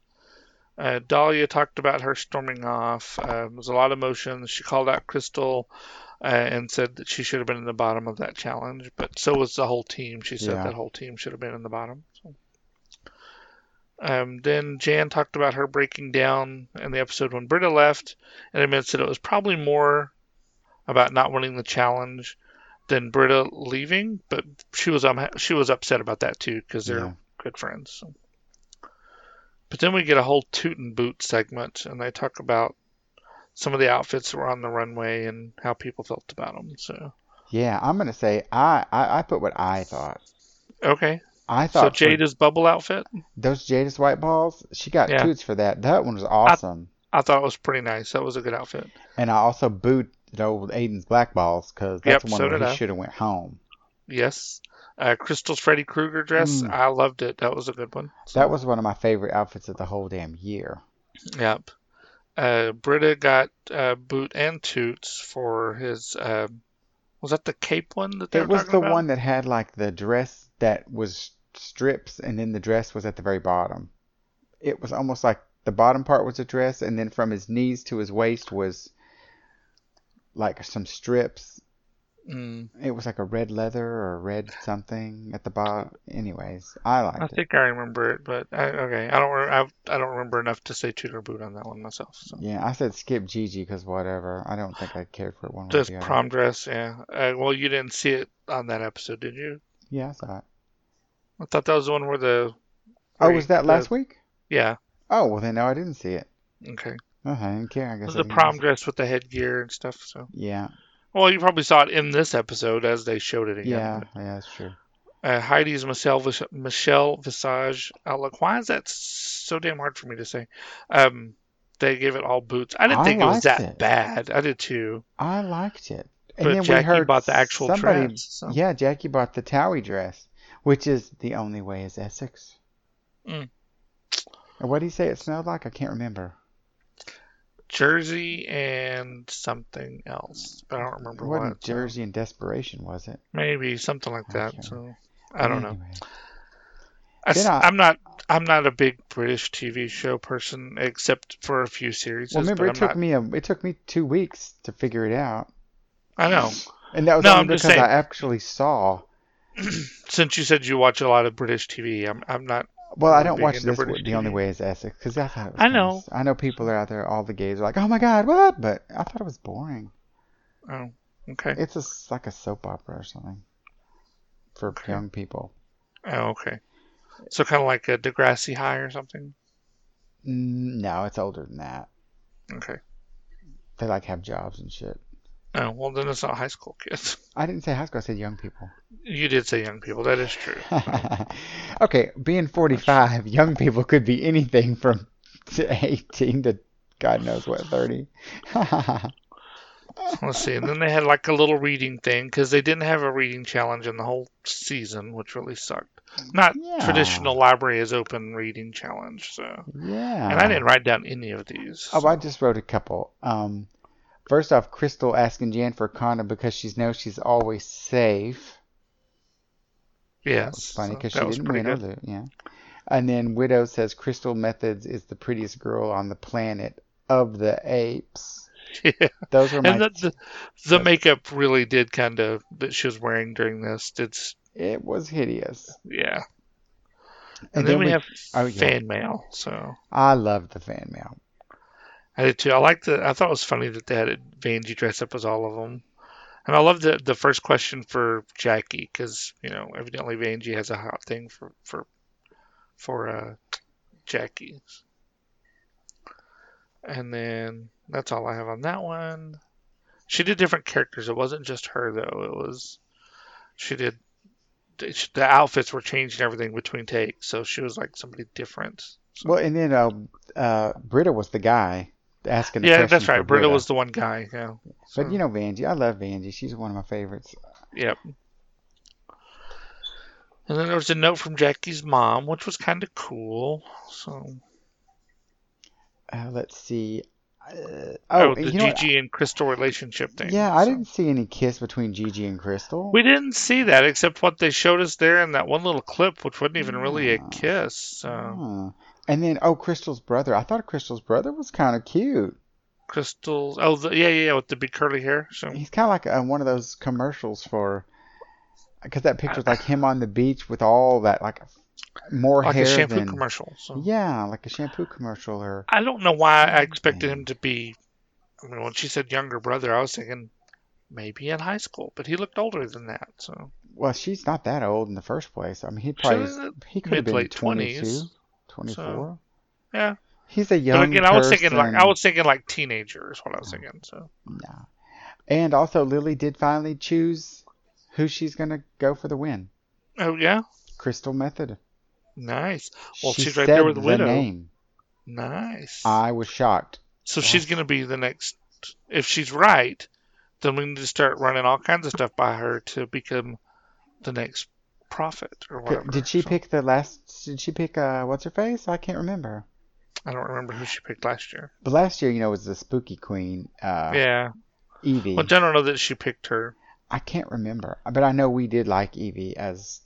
[SPEAKER 1] Uh, Dahlia talked about her storming off. Um, there was a lot of emotion. She called out Crystal uh, and said that she should have been in the bottom of that challenge, but so was the whole team. She said
[SPEAKER 2] Yeah.
[SPEAKER 1] that whole team should have been in the bottom. So. Um, then Jan talked about her breaking down in the episode when Britta left and admits that it was probably more about not winning the challenge than Britta leaving, but she was um, she was upset about that too because they're
[SPEAKER 2] Yeah.
[SPEAKER 1] good friends. so. But then we get a whole toot and boot segment, and they talk about some of the outfits that were on the runway and how people felt about them. So
[SPEAKER 2] Yeah, I'm gonna say I, I I put what I thought.
[SPEAKER 1] okay,
[SPEAKER 2] I
[SPEAKER 1] so
[SPEAKER 2] thought for
[SPEAKER 1] Jada's bubble outfit.
[SPEAKER 2] those Jada's white balls, she got
[SPEAKER 1] Yeah.
[SPEAKER 2] toots for that. That one was awesome.
[SPEAKER 1] I thought it was pretty nice. That was a good outfit.
[SPEAKER 2] And I also booed the old Aiden's black balls because that's
[SPEAKER 1] Yep,
[SPEAKER 2] the one
[SPEAKER 1] so
[SPEAKER 2] where
[SPEAKER 1] did
[SPEAKER 2] he
[SPEAKER 1] I.
[SPEAKER 2] should have went home.
[SPEAKER 1] Yes. Uh, Crystal's Freddy Krueger dress.
[SPEAKER 2] Mm.
[SPEAKER 1] I loved it. That was a good one.
[SPEAKER 2] That was one of my favorite outfits of the whole damn year.
[SPEAKER 1] Yep. Uh, Britta got uh, Boot and Toots for his. Um, was that the cape one that they
[SPEAKER 2] It
[SPEAKER 1] were
[SPEAKER 2] was
[SPEAKER 1] talking
[SPEAKER 2] the
[SPEAKER 1] about?
[SPEAKER 2] one that had like the dress that was strips, and then the dress was at the very bottom. It was almost like the bottom part was a dress, and then from his knees to his waist was like some strips.
[SPEAKER 1] Mm,
[SPEAKER 2] It was like a red leather or red something at the bottom. Anyways, I liked
[SPEAKER 1] I
[SPEAKER 2] it.
[SPEAKER 1] think I remember it, but I, okay, I don't. Re- I, I don't remember enough to say Tudor Boot on that one myself. So.
[SPEAKER 2] Yeah, I said skip Gigi because whatever. I don't think I cared for it one way or
[SPEAKER 1] Just
[SPEAKER 2] the other.
[SPEAKER 1] prom dress, yeah. Uh, well, you didn't see it on that episode, did you?
[SPEAKER 2] yeah, I saw it.
[SPEAKER 1] I thought that was the one where the.
[SPEAKER 2] Oh,
[SPEAKER 1] where
[SPEAKER 2] was
[SPEAKER 1] you-
[SPEAKER 2] that
[SPEAKER 1] the-
[SPEAKER 2] last week?
[SPEAKER 1] Yeah.
[SPEAKER 2] Oh, well then no, I didn't see it.
[SPEAKER 1] Okay.
[SPEAKER 2] Oh, I didn't care. I guess I
[SPEAKER 1] The
[SPEAKER 2] didn't
[SPEAKER 1] prom
[SPEAKER 2] see-
[SPEAKER 1] dress with the headgear and stuff. So.
[SPEAKER 2] Yeah,
[SPEAKER 1] Well, you probably saw it in this episode as they showed it again.
[SPEAKER 2] yeah, yeah, that's true.
[SPEAKER 1] Uh, Heidi's Michelle Vis- Michelle Visage outlook. Why is that so damn hard for me to say? Um, they gave it all boots. I didn't
[SPEAKER 2] I
[SPEAKER 1] think it was
[SPEAKER 2] liked
[SPEAKER 1] that
[SPEAKER 2] it.
[SPEAKER 1] bad. I did too.
[SPEAKER 2] I liked it. And
[SPEAKER 1] But
[SPEAKER 2] then
[SPEAKER 1] Jackie
[SPEAKER 2] we heard
[SPEAKER 1] bought the actual
[SPEAKER 2] somebody,
[SPEAKER 1] trends. So.
[SPEAKER 2] Yeah, Jackie bought the Towie dress, which is the only way is Essex.
[SPEAKER 1] Mm.
[SPEAKER 2] And What did he say it smelled like? I can't remember.
[SPEAKER 1] Jersey and something else. I don't remember
[SPEAKER 2] it wasn't
[SPEAKER 1] what. so
[SPEAKER 2] Jersey and desperation, was it?
[SPEAKER 1] Maybe something like that.
[SPEAKER 2] Okay.
[SPEAKER 1] So I don't know.
[SPEAKER 2] Anyway.
[SPEAKER 1] I,
[SPEAKER 2] Then I-
[SPEAKER 1] am not. I'm not a big British TV show person, except for a few series.
[SPEAKER 2] Well, remember
[SPEAKER 1] but
[SPEAKER 2] it
[SPEAKER 1] I'm
[SPEAKER 2] took
[SPEAKER 1] not-
[SPEAKER 2] me a, it took me two weeks to figure it out.
[SPEAKER 1] I know.
[SPEAKER 2] And that was
[SPEAKER 1] No,
[SPEAKER 2] only
[SPEAKER 1] I'm
[SPEAKER 2] because
[SPEAKER 1] just
[SPEAKER 2] I
[SPEAKER 1] saying.
[SPEAKER 2] actually saw.
[SPEAKER 1] Since you said you watch a lot of British TV, I'm. I'm not.
[SPEAKER 2] Well, I
[SPEAKER 1] Really
[SPEAKER 2] don't
[SPEAKER 1] big
[SPEAKER 2] watch
[SPEAKER 1] into
[SPEAKER 2] this.
[SPEAKER 1] British
[SPEAKER 2] one- The only
[SPEAKER 1] TV.
[SPEAKER 2] way is Essex because I thought it was.
[SPEAKER 1] I know.
[SPEAKER 2] nice. I know people are out there. All the gays are like, "Oh my god, what?" But I thought it was boring.
[SPEAKER 1] Oh, okay.
[SPEAKER 2] It's a s like a soap opera or something for
[SPEAKER 1] Okay.
[SPEAKER 2] young people.
[SPEAKER 1] Oh, okay. So kind of like a Degrassi High or something.
[SPEAKER 2] Mm, No, it's older than that.
[SPEAKER 1] Okay.
[SPEAKER 2] They like have jobs and shit.
[SPEAKER 1] Oh well, then it's not high school kids.
[SPEAKER 2] I didn't say high school. I said young people.
[SPEAKER 1] You did say young people. That is true.
[SPEAKER 2] okay, being 45, young people could be anything from t- 18 to God knows what 30.
[SPEAKER 1] Let's see. And then they had like a little reading thing because they didn't have a reading challenge in the whole season, which really sucked. Not
[SPEAKER 2] Yeah.
[SPEAKER 1] traditional library is open reading challenge. So,
[SPEAKER 2] yeah.
[SPEAKER 1] and I didn't write down any of these.
[SPEAKER 2] Oh, I just wrote a couple. Um, first off, Crystal asking Jan for a condom because she knows she's always safe.
[SPEAKER 1] yes.
[SPEAKER 2] Funny
[SPEAKER 1] so
[SPEAKER 2] because
[SPEAKER 1] that
[SPEAKER 2] she
[SPEAKER 1] was
[SPEAKER 2] didn't
[SPEAKER 1] pretty
[SPEAKER 2] win or
[SPEAKER 1] good.
[SPEAKER 2] lose. Yeah. And then Widow says Crystal Methods is the prettiest girl on the planet of the apes.
[SPEAKER 1] Yeah.
[SPEAKER 2] Those were my.
[SPEAKER 1] And the, the the makeup really did kind of that she was wearing during this. It's
[SPEAKER 2] it was hideous.
[SPEAKER 1] yeah.
[SPEAKER 2] And,
[SPEAKER 1] And, then, we, have
[SPEAKER 2] oh, yeah.
[SPEAKER 1] fan mail. So
[SPEAKER 2] I love the fan mail.
[SPEAKER 1] I did too. I liked the. I thought it was funny that they had it, Vanjie dressed up as all of them, and I loved the the first question for Jackie because you know evidently Vanjie has a hot thing for for for uh, Jackie. And then that's all I have on that one. She did different characters. It wasn't just her though. It was she did the outfits were changed and everything between takes, so she was like somebody different. So-
[SPEAKER 2] Well, and then uh, uh, Britta was the guy asking. The
[SPEAKER 1] yeah,
[SPEAKER 2] question
[SPEAKER 1] that's
[SPEAKER 2] for
[SPEAKER 1] right. Britta was the one guy. Yeah.
[SPEAKER 2] But you know, Vanjie, I love Vanjie. She's one of my favorites.
[SPEAKER 1] Yep. And then there was a note from Jackie's mom, which was kind of cool. So,
[SPEAKER 2] Uh, let's see. Uh,
[SPEAKER 1] oh,
[SPEAKER 2] oh, and
[SPEAKER 1] the
[SPEAKER 2] you know what?
[SPEAKER 1] Gigi and Crystal relationship thing.
[SPEAKER 2] Yeah, I
[SPEAKER 1] So-
[SPEAKER 2] didn't see any kiss between Gigi and Crystal.
[SPEAKER 1] We didn't see that except what they showed us there in that one little clip, which wasn't even really a
[SPEAKER 2] Yeah.
[SPEAKER 1] kiss. So,
[SPEAKER 2] Huh. And then, oh, Crystal's brother. I thought Crystal's brother was kind of cute.
[SPEAKER 1] Crystal's. Oh, the, yeah, yeah, with the big curly hair. So,
[SPEAKER 2] He's kind of like uh, one of those commercials for, because that picture's like him on the beach with all that like more
[SPEAKER 1] like
[SPEAKER 2] hair
[SPEAKER 1] a shampoo
[SPEAKER 2] than
[SPEAKER 1] commercial. So,
[SPEAKER 2] yeah, like a shampoo commercial or
[SPEAKER 1] I don't know why I expected
[SPEAKER 2] Mm.
[SPEAKER 1] him to be. I mean, when she said younger brother, I was thinking maybe in high school, but he looked older than that. So,
[SPEAKER 2] well, she's not that old in the first place. I mean, he probably was-
[SPEAKER 1] Shouldn't
[SPEAKER 2] he could have been
[SPEAKER 1] mid-late
[SPEAKER 2] 22,
[SPEAKER 1] 20s,
[SPEAKER 2] 24.
[SPEAKER 1] yeah.
[SPEAKER 2] He's a young.
[SPEAKER 1] but again, I was thinking like I
[SPEAKER 2] person.
[SPEAKER 1] was thinking like teenager is what I was thinking. So
[SPEAKER 2] No. And also, Lily did finally choose who she's going to go for the win.
[SPEAKER 1] oh yeah,
[SPEAKER 2] Crystal Method.
[SPEAKER 1] nice. Well,
[SPEAKER 2] she
[SPEAKER 1] she's right there
[SPEAKER 2] said
[SPEAKER 1] with
[SPEAKER 2] the
[SPEAKER 1] Widow.
[SPEAKER 2] name.
[SPEAKER 1] Nice.
[SPEAKER 2] I was shocked.
[SPEAKER 1] So she's going to be the next. If she's right, then we need to start running all kinds of stuff by her to become the next prophet or whatever.
[SPEAKER 2] Did she
[SPEAKER 1] So,
[SPEAKER 2] pick the last? Did she pick uh, what's her face? I can't remember.
[SPEAKER 1] I don't remember who she picked last year.
[SPEAKER 2] But last year, you know, was the spooky queen, uh,
[SPEAKER 1] yeah.
[SPEAKER 2] Evie.
[SPEAKER 1] Well, I don't know that she picked her.
[SPEAKER 2] I can't remember, but I know we did like Evie as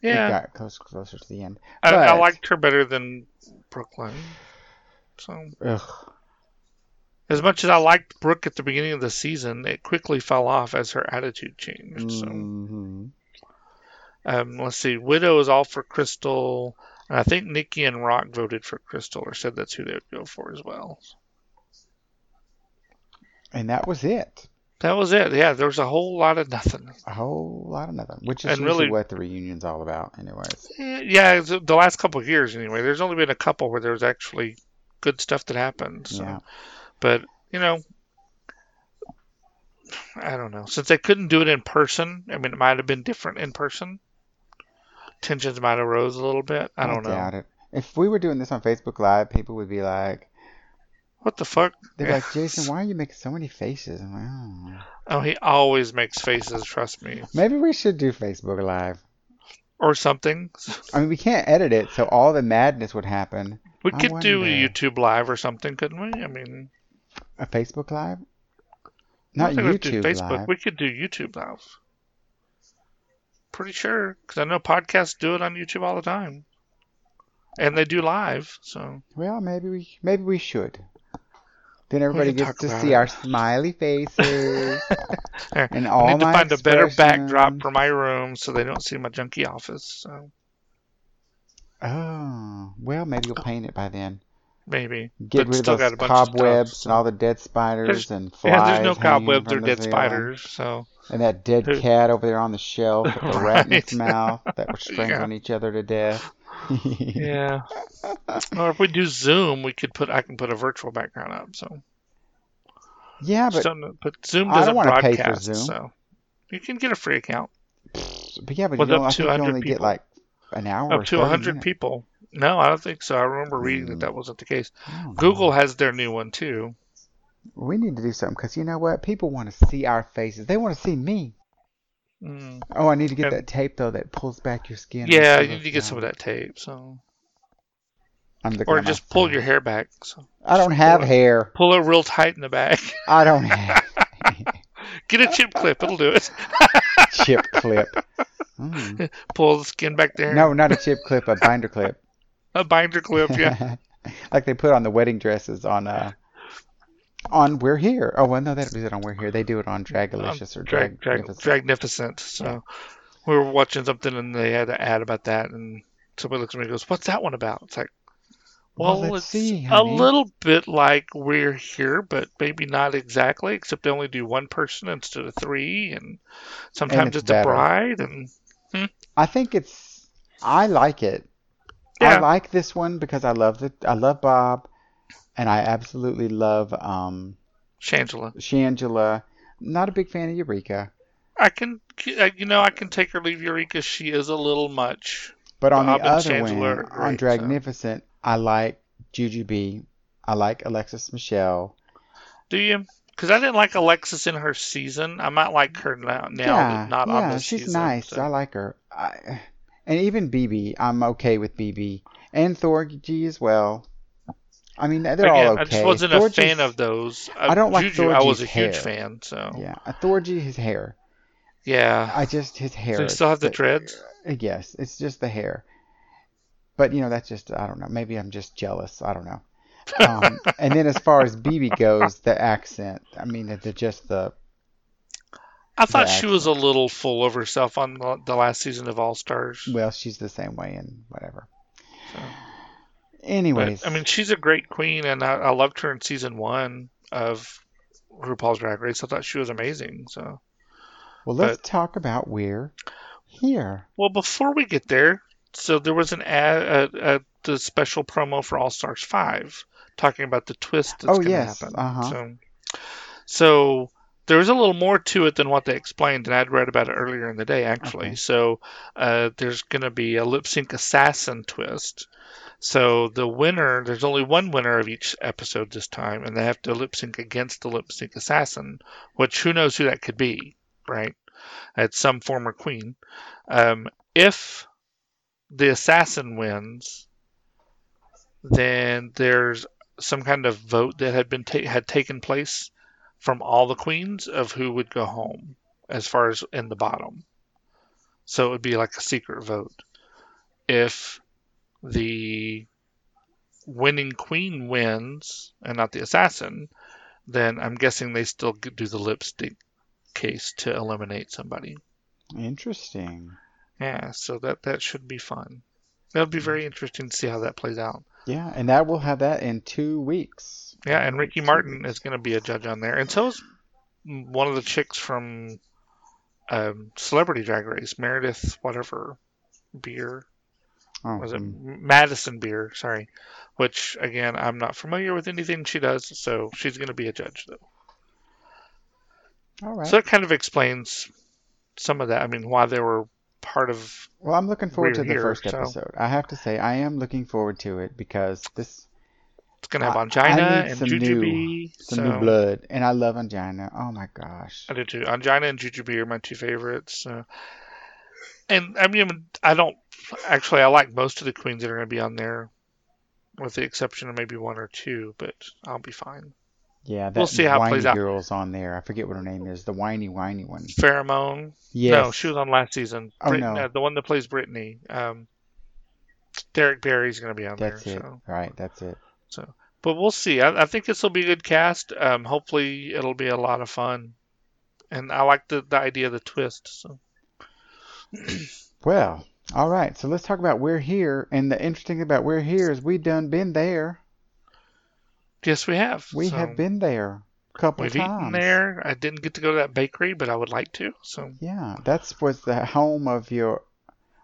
[SPEAKER 1] Yeah.
[SPEAKER 2] we got close, closer to the end.
[SPEAKER 1] I, I
[SPEAKER 2] But-
[SPEAKER 1] liked her better than Brooklyn. So,
[SPEAKER 2] Ugh.
[SPEAKER 1] as much as I liked Brooke at the beginning of the season, it quickly fell off as her attitude changed. So,
[SPEAKER 2] Mhm.
[SPEAKER 1] um, let's see. Widow is all for Crystal. And I think Nikki and Rock voted for Crystal or said that's who they would go for as well.
[SPEAKER 2] And that was it.
[SPEAKER 1] That was it. Yeah, there was a whole lot of nothing.
[SPEAKER 2] A whole lot of nothing, which is
[SPEAKER 1] And
[SPEAKER 2] usually
[SPEAKER 1] really-
[SPEAKER 2] what the reunion's all about, anyways.
[SPEAKER 1] Eh, Yeah, it's the last couple of years anyway. There's only been a couple where there was actually good stuff that happened. So.
[SPEAKER 2] Yeah.
[SPEAKER 1] But you know, I don't know. Since they couldn't do it in person, I mean, it might have been different in person. Tensions might have rose a little bit. I don't know.
[SPEAKER 2] doubt it. If we were doing this on Facebook Live, people would be like,
[SPEAKER 1] What the fuck?
[SPEAKER 2] they're
[SPEAKER 1] Yeah.
[SPEAKER 2] like, Jason, why are you making so many faces? I'm like, "I don't know."
[SPEAKER 1] Oh, he always makes faces. Trust me,
[SPEAKER 2] Maybe we should do Facebook Live.
[SPEAKER 1] or something.
[SPEAKER 2] I mean, we can't edit it, so all the madness would happen.
[SPEAKER 1] We
[SPEAKER 2] I
[SPEAKER 1] could do a
[SPEAKER 2] wonder.
[SPEAKER 1] YouTube live or something, couldn't we? I mean,
[SPEAKER 2] A Facebook Live?
[SPEAKER 1] I
[SPEAKER 2] Not
[SPEAKER 1] don't think we have to do
[SPEAKER 2] YouTube
[SPEAKER 1] Facebook.
[SPEAKER 2] Live.
[SPEAKER 1] We could do YouTube live. Pretty sure, because I know podcasts do it on YouTube all the time, and they do live. So.
[SPEAKER 2] Well, maybe we maybe we should. Then everybody
[SPEAKER 1] can
[SPEAKER 2] gets
[SPEAKER 1] talk
[SPEAKER 2] to
[SPEAKER 1] about
[SPEAKER 2] see
[SPEAKER 1] it.
[SPEAKER 2] our smiley faces
[SPEAKER 1] Here,
[SPEAKER 2] and
[SPEAKER 1] I
[SPEAKER 2] all
[SPEAKER 1] need to
[SPEAKER 2] my
[SPEAKER 1] find a better backdrop
[SPEAKER 2] expressions.
[SPEAKER 1] for my room so they don't see my junky office. So
[SPEAKER 2] Oh, well, maybe you'll paint it by then.
[SPEAKER 1] maybe. But
[SPEAKER 2] Get rid of
[SPEAKER 1] still
[SPEAKER 2] those
[SPEAKER 1] got a bunch of stuff,
[SPEAKER 2] cobwebs
[SPEAKER 1] so-
[SPEAKER 2] and all the dead spiders and flies.
[SPEAKER 1] Yeah, there's no
[SPEAKER 2] hanging
[SPEAKER 1] cobwebs
[SPEAKER 2] from
[SPEAKER 1] or
[SPEAKER 2] the
[SPEAKER 1] dead
[SPEAKER 2] ceiling.
[SPEAKER 1] spiders, so
[SPEAKER 2] And that dead
[SPEAKER 1] Who-
[SPEAKER 2] cat over there on the shelf with the rat in its
[SPEAKER 1] Right.
[SPEAKER 2] mouth that were
[SPEAKER 1] Yeah.
[SPEAKER 2] strangling each other to death.
[SPEAKER 1] yeah. or if we do Zoom, we could put I can put a virtual background up. So
[SPEAKER 2] Yeah,
[SPEAKER 1] Just
[SPEAKER 2] but
[SPEAKER 1] don't know- but Zoom
[SPEAKER 2] I don't
[SPEAKER 1] doesn't
[SPEAKER 2] wanna pay for
[SPEAKER 1] broadcast.
[SPEAKER 2] Zoom.
[SPEAKER 1] So you can get a free account
[SPEAKER 2] but yeah, but
[SPEAKER 1] With
[SPEAKER 2] you know,
[SPEAKER 1] up
[SPEAKER 2] I
[SPEAKER 1] to
[SPEAKER 2] think you
[SPEAKER 1] 100
[SPEAKER 2] only get
[SPEAKER 1] people.
[SPEAKER 2] like an hour or Mm.
[SPEAKER 1] up to
[SPEAKER 2] 30
[SPEAKER 1] 100
[SPEAKER 2] minutes.
[SPEAKER 1] people. No, I don't think so. I remember reading that that wasn't the case.
[SPEAKER 2] I don't know.
[SPEAKER 1] Google has their new one too.
[SPEAKER 2] Oh, We need to do something because you know what? People want to see our faces. They want to see me.
[SPEAKER 1] Mm.
[SPEAKER 2] Oh, I need to get
[SPEAKER 1] And-
[SPEAKER 2] that tape though that pulls back your skin.
[SPEAKER 1] Yeah, you
[SPEAKER 2] instead of,
[SPEAKER 1] need to get some of
[SPEAKER 2] um,
[SPEAKER 1] that tape. So
[SPEAKER 2] I'm looking
[SPEAKER 1] or
[SPEAKER 2] at my
[SPEAKER 1] just pull
[SPEAKER 2] phone.
[SPEAKER 1] your hair back. So
[SPEAKER 2] I don't have
[SPEAKER 1] pull it.
[SPEAKER 2] hair.
[SPEAKER 1] pull it real tight in the back.
[SPEAKER 2] I don't have
[SPEAKER 1] Get a chip clip, it'll do it.
[SPEAKER 2] chip clip. Mm.
[SPEAKER 1] Pull the skin back there.
[SPEAKER 2] No, not a chip clip, a binder clip.
[SPEAKER 1] A binder clip, yeah.
[SPEAKER 2] like they put on the wedding dresses on uh on We're Here. Oh well, no, they don't do that on We're Here. They do it on Dragalicious or
[SPEAKER 1] drag,
[SPEAKER 2] Drag.
[SPEAKER 1] drag, dragnificent. So we were watching something and they had an ad about that, and somebody looks at me and goes, "What's that one about?" It's like,
[SPEAKER 2] Well,
[SPEAKER 1] well,
[SPEAKER 2] let's
[SPEAKER 1] it's
[SPEAKER 2] see,
[SPEAKER 1] a
[SPEAKER 2] honey."
[SPEAKER 1] little bit like we're here, but maybe not exactly. Except they only do one person instead of three, and sometimes
[SPEAKER 2] it's
[SPEAKER 1] it's, a
[SPEAKER 2] better.
[SPEAKER 1] bride. And
[SPEAKER 2] I think it's. I like it. I
[SPEAKER 1] yeah,
[SPEAKER 2] like this one because I love the I love Bob, and I absolutely love um
[SPEAKER 1] Shangela.
[SPEAKER 2] Shangela. Not a big fan of Eureka,
[SPEAKER 1] I can, I- you know, I can take or leave Eureka. She is a little much.
[SPEAKER 2] but on
[SPEAKER 1] Bob
[SPEAKER 2] the
[SPEAKER 1] and
[SPEAKER 2] other
[SPEAKER 1] Shangela
[SPEAKER 2] one,
[SPEAKER 1] are
[SPEAKER 2] on
[SPEAKER 1] great, so.
[SPEAKER 2] Dragnificent, I like Juju B. I like Alexis Michelle.
[SPEAKER 1] Do you? Because I didn't like Alexis in her season. I might like her now. Now,
[SPEAKER 2] yeah,
[SPEAKER 1] but not
[SPEAKER 2] yeah,
[SPEAKER 1] on the
[SPEAKER 2] she's
[SPEAKER 1] season.
[SPEAKER 2] nice.
[SPEAKER 1] so-
[SPEAKER 2] I like her. I, and even BB, I'm okay with BB and Thorgy as well. I mean, they're all
[SPEAKER 1] Again,
[SPEAKER 2] okay.
[SPEAKER 1] I just wasn't a
[SPEAKER 2] Thorgy's-
[SPEAKER 1] fan of those. Uh,
[SPEAKER 2] I don't like
[SPEAKER 1] Juju. I was a
[SPEAKER 2] Thorgy's
[SPEAKER 1] huge
[SPEAKER 2] hair.
[SPEAKER 1] fan. So yeah,
[SPEAKER 2] Yeah, uh, Thorgy, his hair. I just his hair.
[SPEAKER 1] do you still have the
[SPEAKER 2] it's-
[SPEAKER 1] dreads?
[SPEAKER 2] Yes, it's just the hair. But you know, that's just I don't know. Maybe I'm just jealous. I don't know. Um, and then as far as BB goes, the accent. I mean, the, the just the
[SPEAKER 1] I thought
[SPEAKER 2] the
[SPEAKER 1] she was a little full of herself on the, the last season of All Stars.
[SPEAKER 2] well, she's the same way and whatever.
[SPEAKER 1] So. But,
[SPEAKER 2] Anyways,
[SPEAKER 1] I mean, she's a great queen, and I, I loved her in season one of RuPaul's Drag Race. I thought she was amazing. So.
[SPEAKER 2] well, let's talk about we're here.
[SPEAKER 1] Well, before we get there, so there was an ad, uh, uh, the special promo for All Stars Five, talking about the twist that's
[SPEAKER 2] Oh,
[SPEAKER 1] going to
[SPEAKER 2] yes,
[SPEAKER 1] happen.
[SPEAKER 2] uh-huh.
[SPEAKER 1] So, so there was a little more to it than what they explained, and I'd read about it earlier in the day actually.
[SPEAKER 2] Okay.
[SPEAKER 1] So uh, there's going to be a lip sync assassin twist. So the winner, there's only one winner of each episode this time, and they have to lip sync against the lip sync assassin, which who knows who that could be, right? It's some former queen. Um, if the assassin wins, then there's some kind of vote that had been ta- had taken place from all the queens of who would go home as far as in the bottom. So it would be like a secret vote. If the winning queen wins and not the assassin, then I'm guessing they still g- do the lipstick case to eliminate somebody.
[SPEAKER 2] Interesting.
[SPEAKER 1] Yeah, so that that should be fun. That'll be very interesting to see how that plays out.
[SPEAKER 2] Yeah, and that we'll have that in two weeks.
[SPEAKER 1] Yeah, and Ricky
[SPEAKER 2] Two
[SPEAKER 1] Martin
[SPEAKER 2] weeks.
[SPEAKER 1] is going to be a judge on there, and so is one of the chicks from um, Celebrity Drag Race, Meredith whatever beer
[SPEAKER 2] Oh,
[SPEAKER 1] was it
[SPEAKER 2] mm,
[SPEAKER 1] Madison Beer? Sorry, which again I'm not familiar with anything she does, so she's going to be a judge though.
[SPEAKER 2] All right.
[SPEAKER 1] So that kind of explains some of that. I mean, why they were part of
[SPEAKER 2] Well, I'm looking forward
[SPEAKER 1] We're
[SPEAKER 2] to the
[SPEAKER 1] here,
[SPEAKER 2] first
[SPEAKER 1] so-
[SPEAKER 2] episode. I have to say, I am looking forward to it because this
[SPEAKER 1] it's going to have
[SPEAKER 2] I- I
[SPEAKER 1] Angina
[SPEAKER 2] need
[SPEAKER 1] and
[SPEAKER 2] some
[SPEAKER 1] Jujubee.
[SPEAKER 2] some
[SPEAKER 1] so
[SPEAKER 2] new blood, and I love angina. Oh my gosh.
[SPEAKER 1] I do too. Angina and Jujubee are my two favorites. Uh, and I mean, I don't actually. I like most of the queens that are going to be on there, with the exception of maybe one or two. But I'll be fine.
[SPEAKER 2] Yeah, that
[SPEAKER 1] We'll see how it
[SPEAKER 2] whiny
[SPEAKER 1] plays out.
[SPEAKER 2] girl's on there. I forget what her name is. The whiny, whiny one.
[SPEAKER 1] Pheromone.
[SPEAKER 2] Yes.
[SPEAKER 1] No, she was on last season.
[SPEAKER 2] Oh,
[SPEAKER 1] Brit-
[SPEAKER 2] no.
[SPEAKER 1] uh, the one that plays Brittany. Um, Derek Barry's going to be on
[SPEAKER 2] That's
[SPEAKER 1] there.
[SPEAKER 2] it.
[SPEAKER 1] So,
[SPEAKER 2] Right. That's it.
[SPEAKER 1] but we'll see. I, I think this will be a good cast. Um, hopefully, it'll be a lot of fun. And I like the, the idea of the twist. So
[SPEAKER 2] Well, all right. So let's talk about we're here, and the interesting thing about we're here is we done been there.
[SPEAKER 1] yes, we have.
[SPEAKER 2] We
[SPEAKER 1] So,
[SPEAKER 2] have been there a couple
[SPEAKER 1] We've
[SPEAKER 2] times.
[SPEAKER 1] eaten there. I didn't get to go to that bakery, but I would like to. So
[SPEAKER 2] Yeah, that's was the home of your.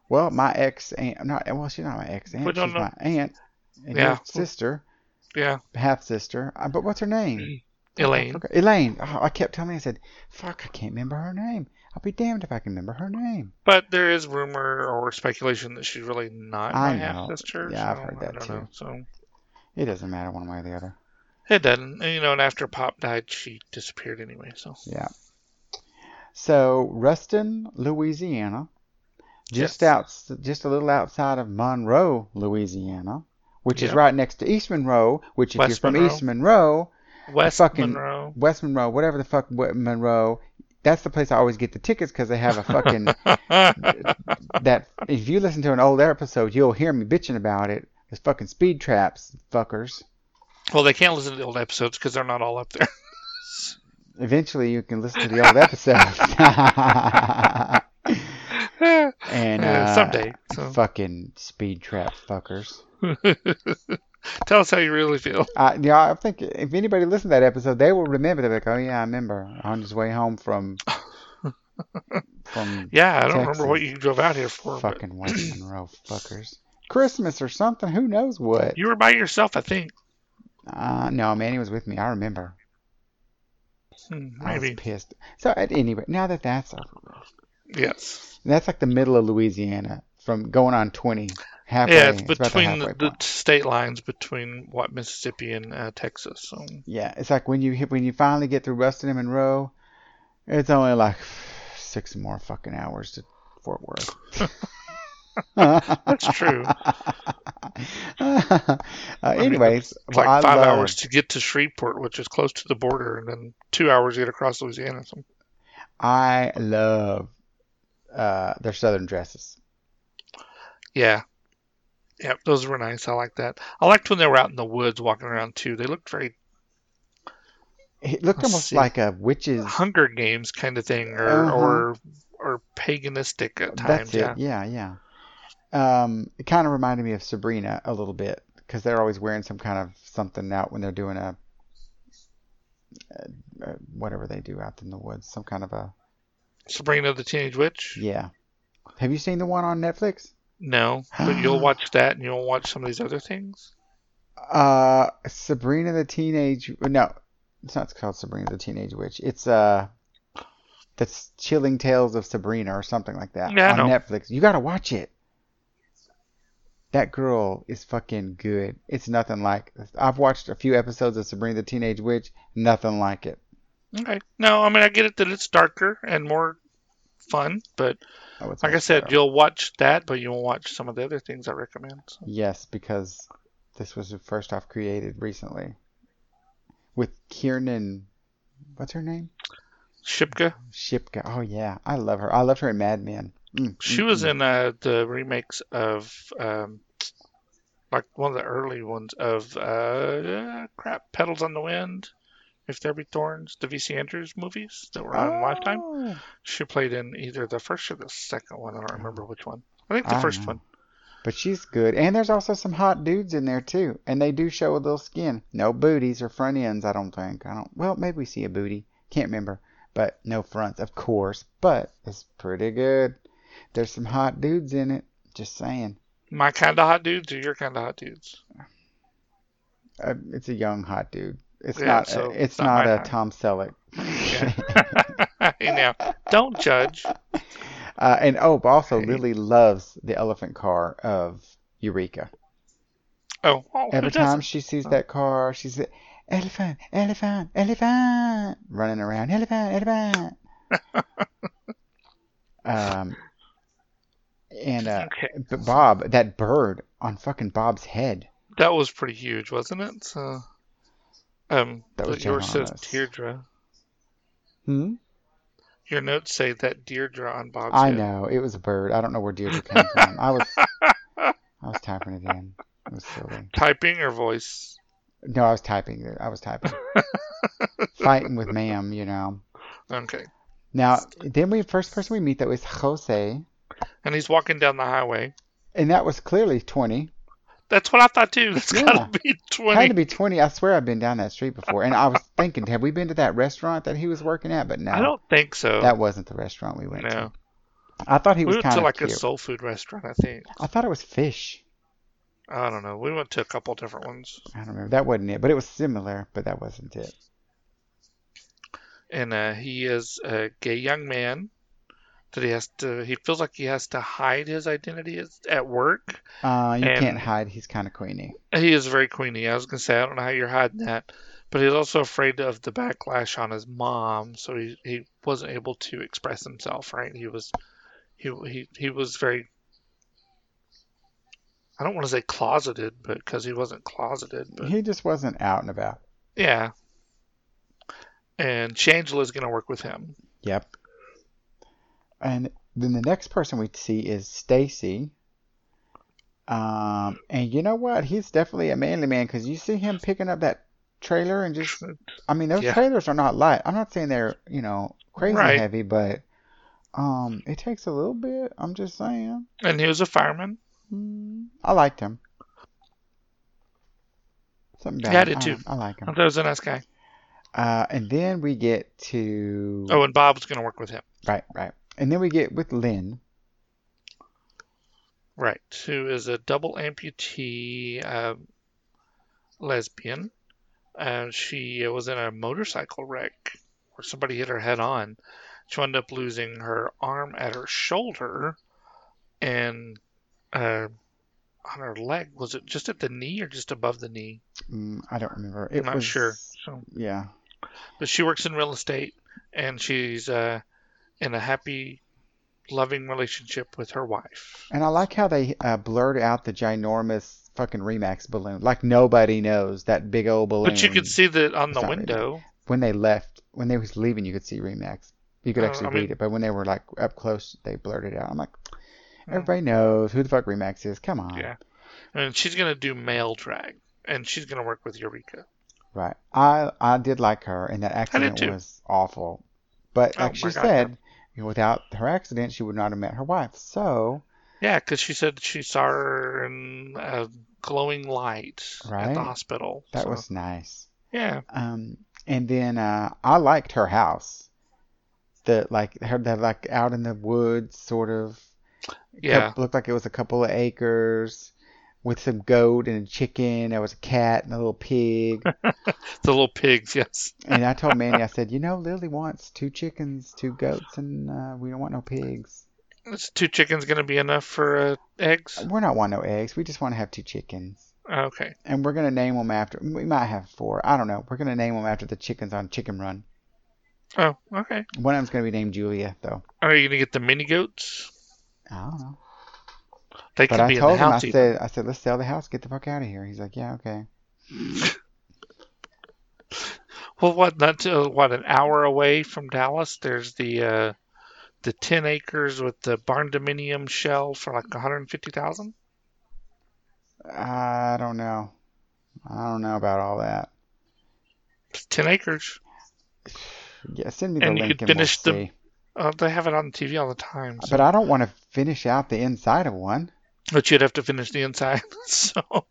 [SPEAKER 2] Well, my ex aunt. Not well, she's not my ex aunt.
[SPEAKER 1] We don't
[SPEAKER 2] She's
[SPEAKER 1] know.
[SPEAKER 2] my aunt and
[SPEAKER 1] Yeah.
[SPEAKER 2] your sister,
[SPEAKER 1] yeah,
[SPEAKER 2] half sister. Uh, But what's her name?
[SPEAKER 1] Elaine.
[SPEAKER 2] Okay, Elaine. Oh, I kept telling. I said, "Fuck, I can't remember her name. I'll be damned if I can remember her name."
[SPEAKER 1] But there is rumor or speculation that she's really not
[SPEAKER 2] I
[SPEAKER 1] my
[SPEAKER 2] know.
[SPEAKER 1] half sister.
[SPEAKER 2] Yeah, I've
[SPEAKER 1] so
[SPEAKER 2] heard
[SPEAKER 1] I
[SPEAKER 2] that
[SPEAKER 1] don't
[SPEAKER 2] too.
[SPEAKER 1] know. So
[SPEAKER 2] It doesn't matter one way or the other.
[SPEAKER 1] it doesn't. And, you know, and after Pop died, she disappeared anyway. So
[SPEAKER 2] Yeah. So Ruston, Louisiana, just
[SPEAKER 1] Yes.
[SPEAKER 2] out, just a little outside of Monroe, Louisiana, which is
[SPEAKER 1] Yep.
[SPEAKER 2] right next to East Monroe. Which, if you're
[SPEAKER 1] West
[SPEAKER 2] from
[SPEAKER 1] Monroe.
[SPEAKER 2] East Monroe,
[SPEAKER 1] West
[SPEAKER 2] Fucking-
[SPEAKER 1] Monroe.
[SPEAKER 2] West Monroe, whatever the fuck West Monroe. That's the place I always get the tickets because they have a fucking that. If you listen to an old episode, you'll hear me bitching about it. It's fucking speed traps, fuckers.
[SPEAKER 1] well, they can't listen to the old episodes because they're not all up there.
[SPEAKER 2] Eventually, you can listen to the old episodes. and
[SPEAKER 1] Uh,
[SPEAKER 2] uh,
[SPEAKER 1] someday. So
[SPEAKER 2] fucking speed trap fuckers.
[SPEAKER 1] tell us how you really feel.
[SPEAKER 2] I, yeah, I think if anybody listened to that episode, they will remember. They'll be like, "Oh yeah, I remember." On his way home from from
[SPEAKER 1] Yeah, I don't remember
[SPEAKER 2] Texas.
[SPEAKER 1] what you drove out here for. but
[SPEAKER 2] Fucking West Monroe fuckers. Christmas or something. Who knows what?
[SPEAKER 1] You were by yourself, I think.
[SPEAKER 2] Uh, no, Manny was with me. I remember.
[SPEAKER 1] Hmm,
[SPEAKER 2] I was
[SPEAKER 1] Maybe.
[SPEAKER 2] pissed. So at any rate, now that that's over, with,
[SPEAKER 1] Yes.
[SPEAKER 2] that's like the middle of Louisiana from going on 20 halfway.
[SPEAKER 1] yeah, it's
[SPEAKER 2] about the
[SPEAKER 1] between
[SPEAKER 2] halfway
[SPEAKER 1] the, the
[SPEAKER 2] point.
[SPEAKER 1] state lines between what Mississippi and uh, Texas. So
[SPEAKER 2] yeah, it's like when you hit when you finally get through Ruston and Monroe, it's only like six more fucking hours to Fort Worth.
[SPEAKER 1] that's true.
[SPEAKER 2] uh, anyways,
[SPEAKER 1] It's
[SPEAKER 2] well,
[SPEAKER 1] like
[SPEAKER 2] I
[SPEAKER 1] five
[SPEAKER 2] love-
[SPEAKER 1] hours to get to Shreveport, which is close to the border, and then two hours to get across Louisiana. So
[SPEAKER 2] I love uh, their southern dresses.
[SPEAKER 1] Yeah. Yep, those were nice. I like that. I liked when they were out in the woods walking around too. They looked very
[SPEAKER 2] It looked
[SPEAKER 1] Let's
[SPEAKER 2] almost
[SPEAKER 1] see.
[SPEAKER 2] like a witch's.
[SPEAKER 1] Hunger Games kind of thing or
[SPEAKER 2] Uh-huh.
[SPEAKER 1] or or paganistic at times,
[SPEAKER 2] That's it.
[SPEAKER 1] yeah.
[SPEAKER 2] Yeah, yeah. Um, it kind of reminded me of Sabrina a little bit because they're always wearing some kind of something out when they're doing a, a, a whatever they do out in the woods, some kind of a
[SPEAKER 1] Sabrina the Teenage Witch?
[SPEAKER 2] yeah. Have you seen the one on Netflix?
[SPEAKER 1] No. But you'll watch that and you'll watch some of these other things?
[SPEAKER 2] Uh, Sabrina the Teenage. No, it's not called Sabrina the Teenage Witch. It's uh, that's Chilling Tales of Sabrina or something like that
[SPEAKER 1] Yeah, I
[SPEAKER 2] on
[SPEAKER 1] know.
[SPEAKER 2] Netflix. You gotta watch it. That girl is fucking good. It's nothing like. I've watched a few episodes of Sabrina the Teenage Witch. Nothing like it.
[SPEAKER 1] Okay. No, I mean I get it that it's darker and more fun, but
[SPEAKER 2] Oh, it's
[SPEAKER 1] like I
[SPEAKER 2] much
[SPEAKER 1] said,
[SPEAKER 2] better.
[SPEAKER 1] you'll watch that, but you won't watch some of the other things I recommend. So.
[SPEAKER 2] Yes, because this was first off created recently with Kiernan. What's her name?
[SPEAKER 1] Shipka,
[SPEAKER 2] Shipka. Oh yeah, I love her. I loved her in Mad Men. Mm,
[SPEAKER 1] she
[SPEAKER 2] mm,
[SPEAKER 1] was
[SPEAKER 2] mm.
[SPEAKER 1] in uh, the remakes of um, like one of the early ones of uh, crap, Petals on the Wind, If There Be Thorns, the V.C. Andrews movies that were on Lifetime.
[SPEAKER 2] Oh.
[SPEAKER 1] She played in either the first or the second one. I don't remember which one. I think
[SPEAKER 2] I
[SPEAKER 1] the
[SPEAKER 2] don't
[SPEAKER 1] first
[SPEAKER 2] know.
[SPEAKER 1] one.
[SPEAKER 2] But she's good. And there's also some hot dudes in there too. And they do show a little skin. No booties or front ends, I don't think. I don't well, maybe we see a booty. Can't remember. But no fronts, of course. But it's pretty good. There's some hot dudes in it. Just saying.
[SPEAKER 1] My kind of hot dudes or your kind of hot dudes?
[SPEAKER 2] Uh, it's a young hot dude. It's
[SPEAKER 1] Yeah,
[SPEAKER 2] not
[SPEAKER 1] so
[SPEAKER 2] it's
[SPEAKER 1] it's not
[SPEAKER 2] not,
[SPEAKER 1] my
[SPEAKER 2] a
[SPEAKER 1] kind.
[SPEAKER 2] Tom Selleck.
[SPEAKER 1] hey, now, don't judge.
[SPEAKER 2] Uh, and Ope also
[SPEAKER 1] Hey.
[SPEAKER 2] really loves the elephant car of Eureka.
[SPEAKER 1] Oh, oh who
[SPEAKER 2] Every time
[SPEAKER 1] doesn't?
[SPEAKER 2] she sees that car, she's like, elephant, elephant, elephant, running around, elephant, elephant. um, and uh,
[SPEAKER 1] Okay.
[SPEAKER 2] but Bob, that bird on fucking Bob's head.
[SPEAKER 1] That was pretty huge, wasn't it? So, um,
[SPEAKER 2] That was
[SPEAKER 1] but yours says
[SPEAKER 2] ginormous.
[SPEAKER 1] Deirdre.
[SPEAKER 2] Hmm?
[SPEAKER 1] Your notes say that Deirdre on Bob's
[SPEAKER 2] I
[SPEAKER 1] head.
[SPEAKER 2] know it was a bird. I don't know where Deirdre came from. I was, I was typing it in. It was silly.
[SPEAKER 1] Typing or voice?
[SPEAKER 2] No, I was typing it. I was typing. Fighting with ma'am, you know.
[SPEAKER 1] Okay.
[SPEAKER 2] Now, then we first person we meet though is Jose,
[SPEAKER 1] And he's walking down the highway.
[SPEAKER 2] and that was clearly twenty.
[SPEAKER 1] That's what I thought too. That's
[SPEAKER 2] Yeah.
[SPEAKER 1] gotta be
[SPEAKER 2] Had to
[SPEAKER 1] twenty.
[SPEAKER 2] be 20. I swear I've been down that street before. And I was thinking, have we been to that restaurant that he was working at? But no,
[SPEAKER 1] I don't think so.
[SPEAKER 2] that wasn't the restaurant we went to.
[SPEAKER 1] no,
[SPEAKER 2] I thought he
[SPEAKER 1] we
[SPEAKER 2] was
[SPEAKER 1] went
[SPEAKER 2] kind
[SPEAKER 1] to
[SPEAKER 2] of
[SPEAKER 1] like
[SPEAKER 2] cute.
[SPEAKER 1] a soul food restaurant, I think.
[SPEAKER 2] I thought it was fish.
[SPEAKER 1] I don't know. We went to a couple different ones,
[SPEAKER 2] I don't remember. That wasn't it, but it was similar, but that wasn't it.
[SPEAKER 1] and uh, he is a gay young man that he has to. He feels like he has to hide his identity at- at work.
[SPEAKER 2] Uh, you
[SPEAKER 1] And-
[SPEAKER 2] can't hide. He's kind of queenie.
[SPEAKER 1] He is very queenie. I was gonna say I don't know how you're hiding that, but he's also afraid of the backlash on his mom, so he, he wasn't able to express himself. Right? He was he he he was very. I don't want to say closeted, but because he wasn't closeted, but
[SPEAKER 2] He just wasn't out and about.
[SPEAKER 1] yeah. And Shangela is gonna work with him.
[SPEAKER 2] Yep. And then the next person we see is Stacy. Um, and you know what? He's definitely a manly man because you see him picking up that trailer and just I mean, those
[SPEAKER 1] Yeah.
[SPEAKER 2] trailers are not light. I'm not saying they're, you know, crazy
[SPEAKER 1] Right.
[SPEAKER 2] heavy, but um, it takes a little bit. I'm just saying.
[SPEAKER 1] And he was a fireman.
[SPEAKER 2] Mm, I liked him. Something about
[SPEAKER 1] Yeah, I
[SPEAKER 2] him.
[SPEAKER 1] did too.
[SPEAKER 2] I, I like
[SPEAKER 1] I
[SPEAKER 2] him.
[SPEAKER 1] thought he was a nice guy.
[SPEAKER 2] Uh, and then we get to
[SPEAKER 1] Oh, and Bob was gonna work with him.
[SPEAKER 2] right, right. And then we get with Lynn.
[SPEAKER 1] Right, who is a double amputee um, lesbian. Uh, she was in a motorcycle wreck where somebody hit her head on. She wound up losing her arm at her shoulder and uh, on her leg. Was it just at the knee or just above the knee?
[SPEAKER 2] Mm, I don't remember.
[SPEAKER 1] I'm
[SPEAKER 2] It
[SPEAKER 1] not
[SPEAKER 2] was
[SPEAKER 1] sure. So,
[SPEAKER 2] yeah.
[SPEAKER 1] but she works in real estate and she's uh, in a happy, loving relationship with her wife.
[SPEAKER 2] And I like how they uh, blurred out the ginormous fucking Remax balloon. Like nobody knows that big old balloon.
[SPEAKER 1] But you could see that on
[SPEAKER 2] It's
[SPEAKER 1] the
[SPEAKER 2] not really-
[SPEAKER 1] window.
[SPEAKER 2] when they left, when they was leaving, you could see Remax. You could
[SPEAKER 1] Oh,
[SPEAKER 2] actually
[SPEAKER 1] I mean-
[SPEAKER 2] read it, but when they were like up close, they blurted it out. I'm like,
[SPEAKER 1] Hmm.
[SPEAKER 2] everybody knows who the fuck Remax is. Come on,
[SPEAKER 1] Yeah. And she's gonna do male drag, and she's gonna work with Eureka.
[SPEAKER 2] right? I I did like her, and that accident
[SPEAKER 1] too.
[SPEAKER 2] was awful. But
[SPEAKER 1] Oh
[SPEAKER 2] like
[SPEAKER 1] my
[SPEAKER 2] she
[SPEAKER 1] God,
[SPEAKER 2] said, you know, without her accident, she would not have met her wife. So
[SPEAKER 1] Yeah, because she said she saw her in a glowing light at
[SPEAKER 2] Right.
[SPEAKER 1] the hospital.
[SPEAKER 2] that
[SPEAKER 1] So,
[SPEAKER 2] was nice.
[SPEAKER 1] yeah,
[SPEAKER 2] Um, and then uh, I liked her house. The like her that like out in the woods sort of
[SPEAKER 1] yeah.
[SPEAKER 2] kept- looked like it was a couple of acres. with some goat and a chicken. There was a cat and a little pig.
[SPEAKER 1] The little pigs, yes.
[SPEAKER 2] and I told Manny, I said, you know, Lily wants two chickens, two goats, and uh, we don't want no pigs.
[SPEAKER 1] Is two chickens going to be enough for uh, eggs? Uh,
[SPEAKER 2] We're not want no eggs. We just want to have two chickens.
[SPEAKER 1] Okay.
[SPEAKER 2] And we're going to name them after, we might have four. I don't know. We're going to name them after the chickens on Chicken Run.
[SPEAKER 1] Oh, okay.
[SPEAKER 2] One of them's going to be named Julia, though.
[SPEAKER 1] Are you going to get the mini goats?
[SPEAKER 2] I don't know.
[SPEAKER 1] They
[SPEAKER 2] But
[SPEAKER 1] can
[SPEAKER 2] I
[SPEAKER 1] be in the
[SPEAKER 2] told him, I
[SPEAKER 1] house. even.
[SPEAKER 2] said, I said, let's sell the house, get the fuck out of here. He's like, yeah, okay.
[SPEAKER 1] Well, what not to, what an hour away from Dallas? There's the uh, the ten acres with the barn dominium shell for like 150 thousand.
[SPEAKER 2] I don't know. I don't know about all that.
[SPEAKER 1] Ten acres.
[SPEAKER 2] Yeah, send me the
[SPEAKER 1] And you
[SPEAKER 2] link
[SPEAKER 1] could
[SPEAKER 2] and we'll
[SPEAKER 1] finish the-
[SPEAKER 2] see.
[SPEAKER 1] Uh, they have it on TV all the time. So.
[SPEAKER 2] But I don't want to finish out the inside of one.
[SPEAKER 1] But you'd have to finish the inside. so, but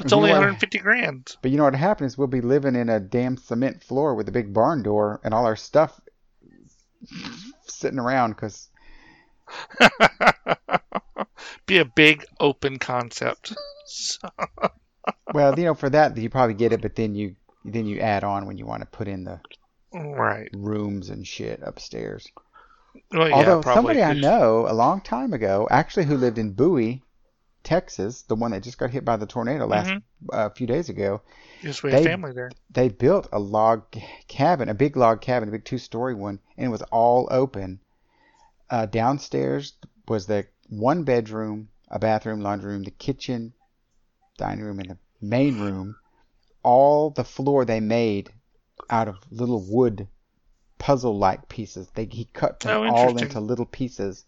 [SPEAKER 1] it's
[SPEAKER 2] You
[SPEAKER 1] only
[SPEAKER 2] wanna-
[SPEAKER 1] 150 grand.
[SPEAKER 2] But you know what happens? We'll be living in a damn cement floor with a big barn door and all our stuff sitting around because
[SPEAKER 1] be a big open concept. So,
[SPEAKER 2] well you know for that you probably get it but then you then you add on when you want to put in the
[SPEAKER 1] right.
[SPEAKER 2] rooms and shit upstairs
[SPEAKER 1] Well,
[SPEAKER 2] although
[SPEAKER 1] yeah, probably
[SPEAKER 2] somebody i
[SPEAKER 1] 'cause-
[SPEAKER 2] know a long time ago actually who lived in bowie texas the one that just got hit by the tornado last
[SPEAKER 1] Mhm.
[SPEAKER 2] uh, few days ago
[SPEAKER 1] Yes, we have
[SPEAKER 2] they-
[SPEAKER 1] family there.
[SPEAKER 2] they built a log cabin, a big log cabin, a big two-story one, and it was all open. Uh, downstairs was the one bedroom, a bathroom, laundry room, the kitchen, dining room, and the main room. All the floor they made out of little wood puzzle-like pieces. They he cut them
[SPEAKER 1] Oh,
[SPEAKER 2] all
[SPEAKER 1] interesting.
[SPEAKER 2] into little pieces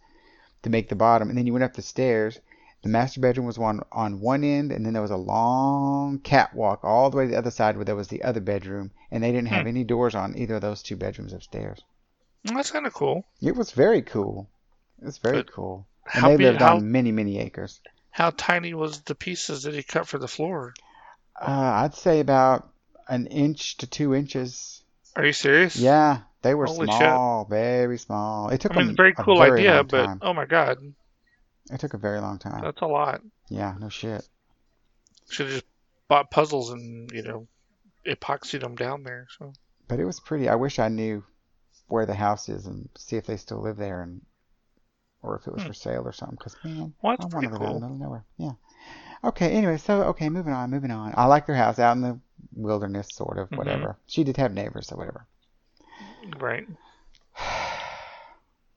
[SPEAKER 2] to make the bottom, and then you went up the stairs. The master bedroom was on on one end, and then there was a long catwalk all the way to the other side where there was the other bedroom, and they didn't have
[SPEAKER 1] Hmm.
[SPEAKER 2] any doors on either of those two bedrooms upstairs.
[SPEAKER 1] That's kind of cool.
[SPEAKER 2] It was very cool. It was very
[SPEAKER 1] But
[SPEAKER 2] cool. And
[SPEAKER 1] How
[SPEAKER 2] they
[SPEAKER 1] big?
[SPEAKER 2] lived
[SPEAKER 1] How,
[SPEAKER 2] on many many acres.
[SPEAKER 1] how tiny was the pieces that he cut for the floor?
[SPEAKER 2] Uh, I'd say about an inch to two inches.
[SPEAKER 1] Are you serious?
[SPEAKER 2] Yeah, they were
[SPEAKER 1] Holy shit.
[SPEAKER 2] small, very small. It took
[SPEAKER 1] I mean,
[SPEAKER 2] them
[SPEAKER 1] very
[SPEAKER 2] a
[SPEAKER 1] cool
[SPEAKER 2] very
[SPEAKER 1] idea,
[SPEAKER 2] long
[SPEAKER 1] but
[SPEAKER 2] time.
[SPEAKER 1] oh my god,
[SPEAKER 2] it took a very long time.
[SPEAKER 1] that's a lot.
[SPEAKER 2] yeah, no shit.
[SPEAKER 1] Should have just bought puzzles and you know epoxied them down there. So
[SPEAKER 2] But it was pretty. I wish I knew where the house is and see if they still live there and or if it was
[SPEAKER 1] Hmm.
[SPEAKER 2] for sale or something. Because man,
[SPEAKER 1] well, that's
[SPEAKER 2] I want
[SPEAKER 1] pretty
[SPEAKER 2] to live out
[SPEAKER 1] cool.
[SPEAKER 2] in the middle of nowhere. Yeah. Okay. Anyway, so okay, moving on, moving on. I like their house out in the wilderness, sort of,
[SPEAKER 1] Mhm.
[SPEAKER 2] whatever. She did have neighbors, so whatever.
[SPEAKER 1] Right.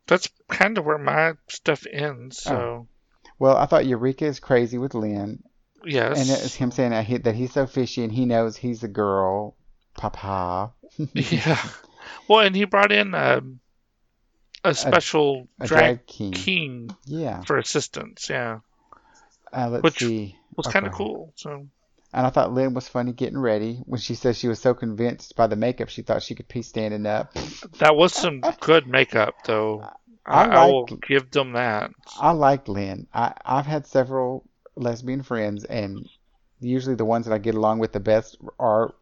[SPEAKER 1] That's kind of where my stuff ends.
[SPEAKER 2] Oh.
[SPEAKER 1] So
[SPEAKER 2] Well, I thought Eureka is crazy with Lynn,
[SPEAKER 1] yes,
[SPEAKER 2] and it's him saying that, he, that he's so fishy and he knows he's a girl. Papa.
[SPEAKER 1] yeah. Well, and he brought in um a special
[SPEAKER 2] A
[SPEAKER 1] drag,
[SPEAKER 2] drag Oh. king.
[SPEAKER 1] king
[SPEAKER 2] Yeah.
[SPEAKER 1] for assistance. Yeah,
[SPEAKER 2] Uh, let's
[SPEAKER 1] Which
[SPEAKER 2] see.
[SPEAKER 1] was
[SPEAKER 2] Okay.
[SPEAKER 1] kind of cool. So
[SPEAKER 2] And I thought Lynn was funny getting ready when she said she was so convinced by the makeup she thought she could pee standing up.
[SPEAKER 1] that was some good makeup, though. I,
[SPEAKER 2] I
[SPEAKER 1] I will
[SPEAKER 2] like-
[SPEAKER 1] give them that.
[SPEAKER 2] I like Lynn. I, I've had several lesbian friends, and usually the ones that I get along with the best are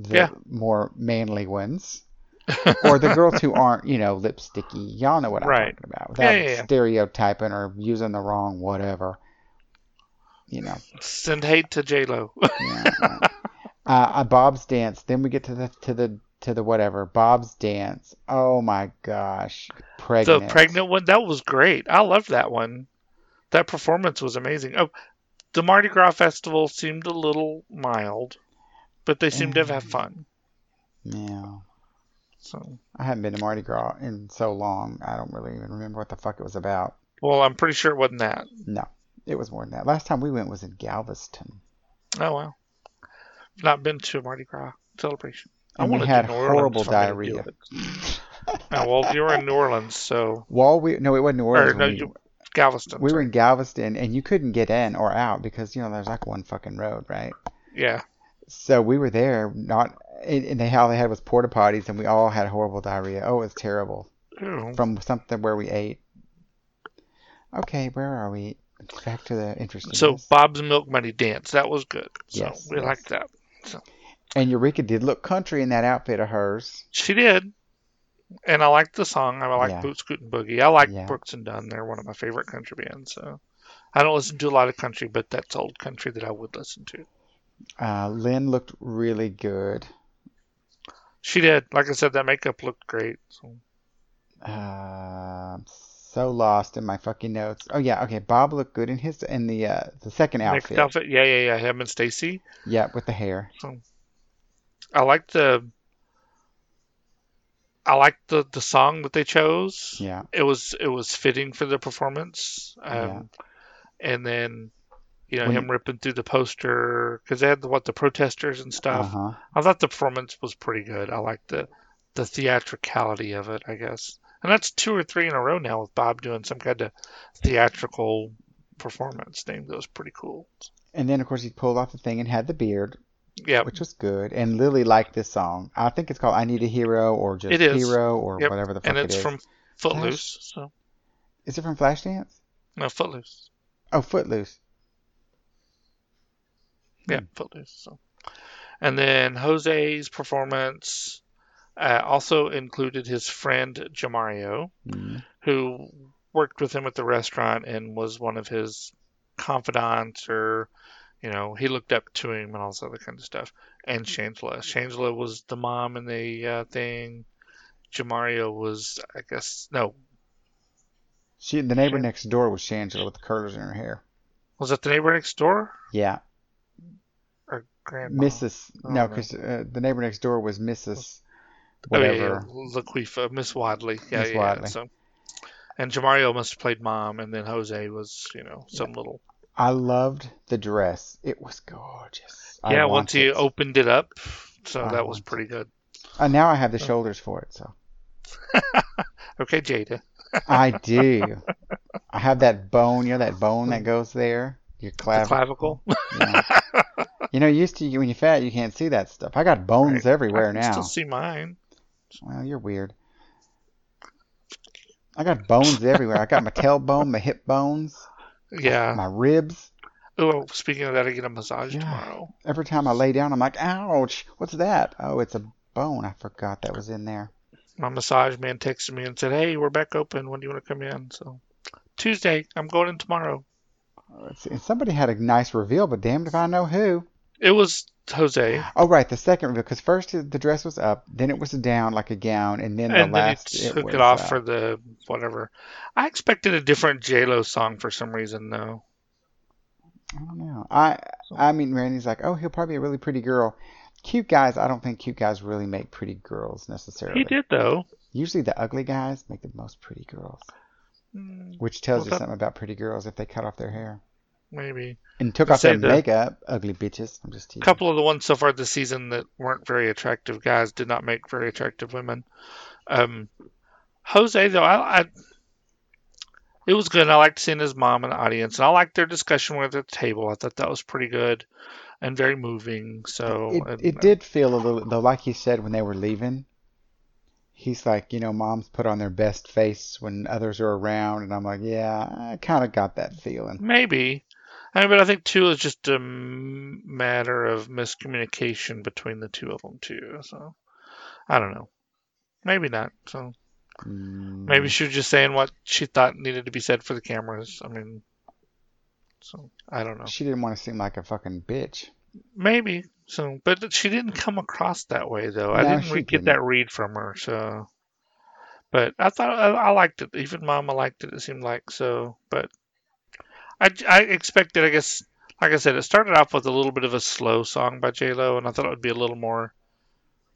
[SPEAKER 2] the
[SPEAKER 1] Yeah.
[SPEAKER 2] more manly ones. or the girls who aren't, you know, lipsticky. Y'all know what I'm
[SPEAKER 1] Right.
[SPEAKER 2] talking about. Without
[SPEAKER 1] Yeah, yeah, yeah.
[SPEAKER 2] stereotyping or using the wrong whatever. You know.
[SPEAKER 1] Send hate to J Lo.
[SPEAKER 2] Yeah. uh, uh, Bob's dance. Then we get to the to the to the whatever. Bob's dance. Oh my gosh, pregnant.
[SPEAKER 1] the pregnant one that was great. I loved that one. That performance was amazing. Oh, the Mardi Gras festival seemed a little mild, but they seemed to have had
[SPEAKER 2] Mm.
[SPEAKER 1] fun.
[SPEAKER 2] Yeah.
[SPEAKER 1] So,
[SPEAKER 2] I haven't been to Mardi Gras in so long. I don't really even remember what the fuck it was about.
[SPEAKER 1] well, I'm pretty sure it wasn't that.
[SPEAKER 2] No, it was more than that. Last time we went was in Galveston.
[SPEAKER 1] Oh wow, not been to a Mardi Gras celebration.
[SPEAKER 2] And we
[SPEAKER 1] wanna
[SPEAKER 2] had
[SPEAKER 1] do New Orleans
[SPEAKER 2] horrible
[SPEAKER 1] if I'm gonna do
[SPEAKER 2] diarrhea.
[SPEAKER 1] it. Oh, well, you were in New Orleans, so
[SPEAKER 2] While we no, it wasn't New Orleans.
[SPEAKER 1] or no,
[SPEAKER 2] when we,
[SPEAKER 1] you, Galveston.
[SPEAKER 2] we were
[SPEAKER 1] sorry.
[SPEAKER 2] in Galveston, and you couldn't get in or out because you know there's like one fucking road, right?
[SPEAKER 1] yeah.
[SPEAKER 2] So we were there, not and and they all they had was porta potties, and we all had horrible diarrhea. Oh, it was terrible.
[SPEAKER 1] Ew.
[SPEAKER 2] from something where we ate. Okay, where are we? Back to the interesting.
[SPEAKER 1] So Bob's Milk Money dance that was good. So
[SPEAKER 2] Yes,
[SPEAKER 1] we
[SPEAKER 2] yes.
[SPEAKER 1] liked that.
[SPEAKER 2] and Eureka did look country in that outfit of hers.
[SPEAKER 1] She did. And I like the song. I like
[SPEAKER 2] Yeah.
[SPEAKER 1] Boots Scoot and Boogie. I like
[SPEAKER 2] Yeah.
[SPEAKER 1] Brooks and Dunn. They're one of my favorite country bands. So I don't listen to a lot of country, but that's old country that I would listen to.
[SPEAKER 2] Uh, Lynn looked really good.
[SPEAKER 1] She did. Like I said, that makeup looked great. So.
[SPEAKER 2] Uh, I'm so lost in my fucking notes. Oh yeah, okay. Bob looked good in his in the uh, the second
[SPEAKER 1] Next
[SPEAKER 2] outfit.
[SPEAKER 1] outfit, yeah, yeah, yeah. Him and Stacy.
[SPEAKER 2] Yeah, with the hair.
[SPEAKER 1] I like the. I like the the song that they chose.
[SPEAKER 2] Yeah,
[SPEAKER 1] It was it was fitting for the performance. Um, And then, you know,
[SPEAKER 2] When-
[SPEAKER 1] him ripping through the poster because they had the, what the protesters and
[SPEAKER 2] uh
[SPEAKER 1] stuff.
[SPEAKER 2] huh.
[SPEAKER 1] I thought the performance was pretty good. I liked the the theatricality of it, I guess. And that's two or three in a row now with Bob doing some kind of theatrical performance thing that was pretty cool.
[SPEAKER 2] And then of course he pulled off the thing and had the beard,
[SPEAKER 1] Yeah,
[SPEAKER 2] which was good. And Lily liked this song. I think it's called "I Need a Hero" or just
[SPEAKER 1] It is.
[SPEAKER 2] "Hero" or
[SPEAKER 1] Yep.
[SPEAKER 2] whatever the fuck
[SPEAKER 1] and it's
[SPEAKER 2] it is.
[SPEAKER 1] from Footloose. So
[SPEAKER 2] Is it from Flashdance?
[SPEAKER 1] no Footloose.
[SPEAKER 2] Oh, Footloose. Hmm.
[SPEAKER 1] Yeah, Footloose. So, and then Jose's performance uh, also included his friend Jamario,
[SPEAKER 2] Mm.
[SPEAKER 1] who worked with him at the restaurant and was one of his confidants or you know he looked up to him and all this other kind of stuff and shangela shangela was the mom in the uh, thing jamario was i guess no
[SPEAKER 2] She, the neighbor
[SPEAKER 1] Shan-
[SPEAKER 2] next door was Shangela with the curlers in her hair.
[SPEAKER 1] was it the neighbor next door
[SPEAKER 2] Yeah,
[SPEAKER 1] or grandma
[SPEAKER 2] Mrs.
[SPEAKER 1] I
[SPEAKER 2] No,
[SPEAKER 1] don't know.
[SPEAKER 2] because uh, the neighbor next door was Mrs.
[SPEAKER 1] oh, yeah,
[SPEAKER 2] Whatever.
[SPEAKER 1] yeah, laquifa uh, miss wadley yeah
[SPEAKER 2] Miss
[SPEAKER 1] yeah, yeah
[SPEAKER 2] Wadley.
[SPEAKER 1] so and jamario must have played mom and then jose was you know some little
[SPEAKER 2] I loved the dress. It was gorgeous. I
[SPEAKER 1] yeah
[SPEAKER 2] want
[SPEAKER 1] once he
[SPEAKER 2] it.
[SPEAKER 1] opened it up so
[SPEAKER 2] I
[SPEAKER 1] that was
[SPEAKER 2] want
[SPEAKER 1] pretty good
[SPEAKER 2] And now I have
[SPEAKER 1] Oh.
[SPEAKER 2] the shoulders for it, so
[SPEAKER 1] okay jada
[SPEAKER 2] I do. I have that bone. You know that bone that goes there. Your
[SPEAKER 1] the clavicle
[SPEAKER 2] clavicle. yeah. You know, used to when you're fat, you can't see that stuff. I got bones
[SPEAKER 1] Right.
[SPEAKER 2] everywhere
[SPEAKER 1] I can
[SPEAKER 2] now.
[SPEAKER 1] Still see mine.
[SPEAKER 2] Well, you're weird. I got bones everywhere. I got my tailbone, my hip bones,
[SPEAKER 1] Yeah.
[SPEAKER 2] my ribs.
[SPEAKER 1] Oh, speaking of that, I get a massage
[SPEAKER 2] Yeah.
[SPEAKER 1] tomorrow.
[SPEAKER 2] Every time I lay down, I'm like, ouch, what's that? Oh, it's a bone. I forgot that was in there.
[SPEAKER 1] My massage man texted me and said, "Hey, we're back open. When do you want to come in?" So Tuesday, I'm going in tomorrow.
[SPEAKER 2] Let's see. Oh, And somebody had a nice reveal, but damned if I know who.
[SPEAKER 1] It was Jose,
[SPEAKER 2] Oh, right, the second reveal, because first the dress was up, then it was down like a gown, and then the
[SPEAKER 1] and then
[SPEAKER 2] last
[SPEAKER 1] he took
[SPEAKER 2] was
[SPEAKER 1] it off
[SPEAKER 2] up.
[SPEAKER 1] for the whatever. I expected a different J Lo song for some reason, though.
[SPEAKER 2] I don't know. I I mean, Randy's like, oh, he'll probably be a really pretty girl. Cute guys, I don't think cute guys really make pretty girls necessarily.
[SPEAKER 1] He did though.
[SPEAKER 2] Usually the ugly guys make the most pretty girls,
[SPEAKER 1] Mm,
[SPEAKER 2] which tells
[SPEAKER 1] Well,
[SPEAKER 2] you
[SPEAKER 1] that-
[SPEAKER 2] something about pretty girls if they cut off their hair
[SPEAKER 1] Maybe
[SPEAKER 2] and took
[SPEAKER 1] They
[SPEAKER 2] off their
[SPEAKER 1] say the-
[SPEAKER 2] makeup. Ugly bitches. I'm just
[SPEAKER 1] a
[SPEAKER 2] teasing.
[SPEAKER 1] couple of the ones so far this season that weren't very attractive guys did not make very attractive women. Um, Jose though, I, I it was good. I liked seeing his mom in the audience, and I liked their discussion with her at the table. I thought that was pretty good and very moving. So
[SPEAKER 2] It,
[SPEAKER 1] and- uh,
[SPEAKER 2] it did feel a little, though, like he said when they were leaving. He's like, you know, moms put on their best face when others are around, and I'm like, yeah, I kind of got that feeling.
[SPEAKER 1] maybe. I mean, but I think too is just a m- matter of miscommunication between the two of them too. So I don't know. Maybe not. So maybe
[SPEAKER 2] Mm.
[SPEAKER 1] she was just saying what she thought needed to be said for the cameras. I mean, so I don't know.
[SPEAKER 2] she didn't want to seem like a fucking bitch.
[SPEAKER 1] Maybe. So, but she didn't come across that way though. I
[SPEAKER 2] No,
[SPEAKER 1] didn't
[SPEAKER 2] she
[SPEAKER 1] re- get
[SPEAKER 2] didn't.
[SPEAKER 1] that read from her. So, but I thought I, I liked it. Even Mama liked it. It seemed like so. But I I expected. I guess like I said, it started off with a little bit of a slow song by J Lo, and I thought it would be a little more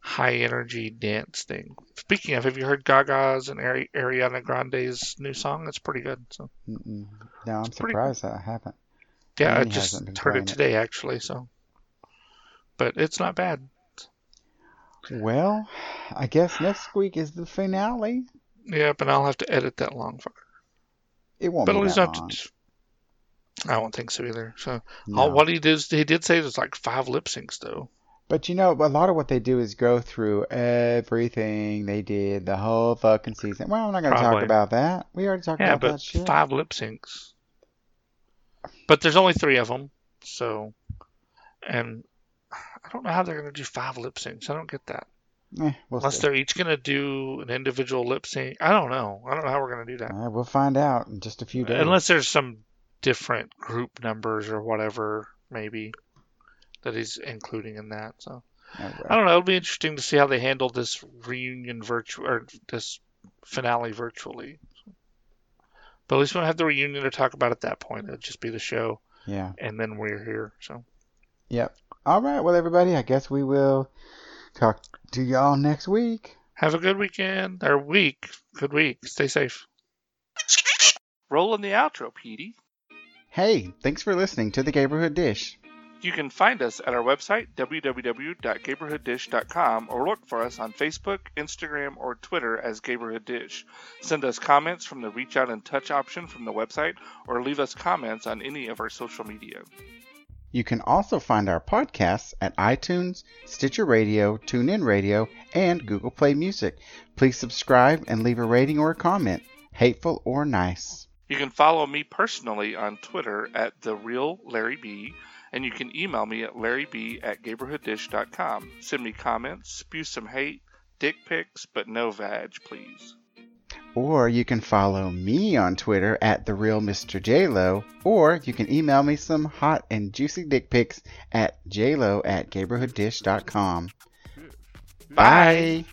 [SPEAKER 1] high energy dance thing. Speaking of, have you heard Gaga's and Ari- Ariana Grande's new song? It's pretty good. So
[SPEAKER 2] Mm-mm. No, I'm
[SPEAKER 1] It's pretty-
[SPEAKER 2] surprised I haven't.
[SPEAKER 1] yeah, I
[SPEAKER 2] Mine
[SPEAKER 1] just
[SPEAKER 2] hasn't been
[SPEAKER 1] heard
[SPEAKER 2] playing
[SPEAKER 1] it
[SPEAKER 2] it.
[SPEAKER 1] today actually. So, but it's not bad.
[SPEAKER 2] Well, I guess next week is the finale.
[SPEAKER 1] Yep, and I'll have to edit that long.
[SPEAKER 2] It won't
[SPEAKER 1] But
[SPEAKER 2] be
[SPEAKER 1] at least
[SPEAKER 2] that
[SPEAKER 1] not.
[SPEAKER 2] long.
[SPEAKER 1] I don't think so either. So
[SPEAKER 2] No.
[SPEAKER 1] all, what he did, he did say there's like five lip syncs though.
[SPEAKER 2] But you know, a lot of what they do is go through everything they did the whole fucking season. Well, I'm not going to talk
[SPEAKER 1] Probably.
[SPEAKER 2] about that. We already talked
[SPEAKER 1] Yeah,
[SPEAKER 2] about
[SPEAKER 1] but
[SPEAKER 2] that shit.
[SPEAKER 1] five lip syncs. But there's only three of them, so and I don't know how they're gonna do five lip syncs. I don't get that.
[SPEAKER 2] Eh, we'll
[SPEAKER 1] Unless
[SPEAKER 2] see.
[SPEAKER 1] they're each gonna do an individual lip sync. I don't know. I don't know how we're gonna do that.
[SPEAKER 2] All right, we'll find out in just a few days.
[SPEAKER 1] Unless there's some different group numbers or whatever, maybe that he's including in that. So
[SPEAKER 2] Oh, well.
[SPEAKER 1] I don't know. It'll be interesting to see how they handle this reunion virtual or this finale virtually. But at least we don't have the reunion to talk about at that point. It'll just be the show,
[SPEAKER 2] Yeah.
[SPEAKER 1] and then we're here. So
[SPEAKER 2] Yep. All right. Well, everybody, I guess we will talk to y'all next week.
[SPEAKER 1] have a good weekend or week. Good week. Stay safe. Roll in the outro, Petey.
[SPEAKER 2] Hey, thanks for listening to the Neighborhood Dish.
[SPEAKER 1] You can find us at our website, www.gaberhooddish.com, or look for us on Facebook, Instagram, or Twitter as Gaberhood Dish. Send us comments from the Reach Out and Touch option from the website, or leave us comments on any of our social media.
[SPEAKER 2] You can also find our podcasts at iTunes, Stitcher Radio, TuneIn Radio, and Google Play Music. Please subscribe and leave a rating or a comment, hateful or nice.
[SPEAKER 1] You can follow me personally on Twitter at the real Larry B, and you can email me at larryb at gaberhooddish.com. Send me comments, spew some hate, dick pics, but no vag, please.
[SPEAKER 2] Or you can follow me on Twitter at the real Mr. JLo, or you can email me some hot and juicy dick pics at jlo at GaberhoodDish.com. Bye.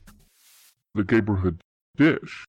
[SPEAKER 3] the neighborhood dish.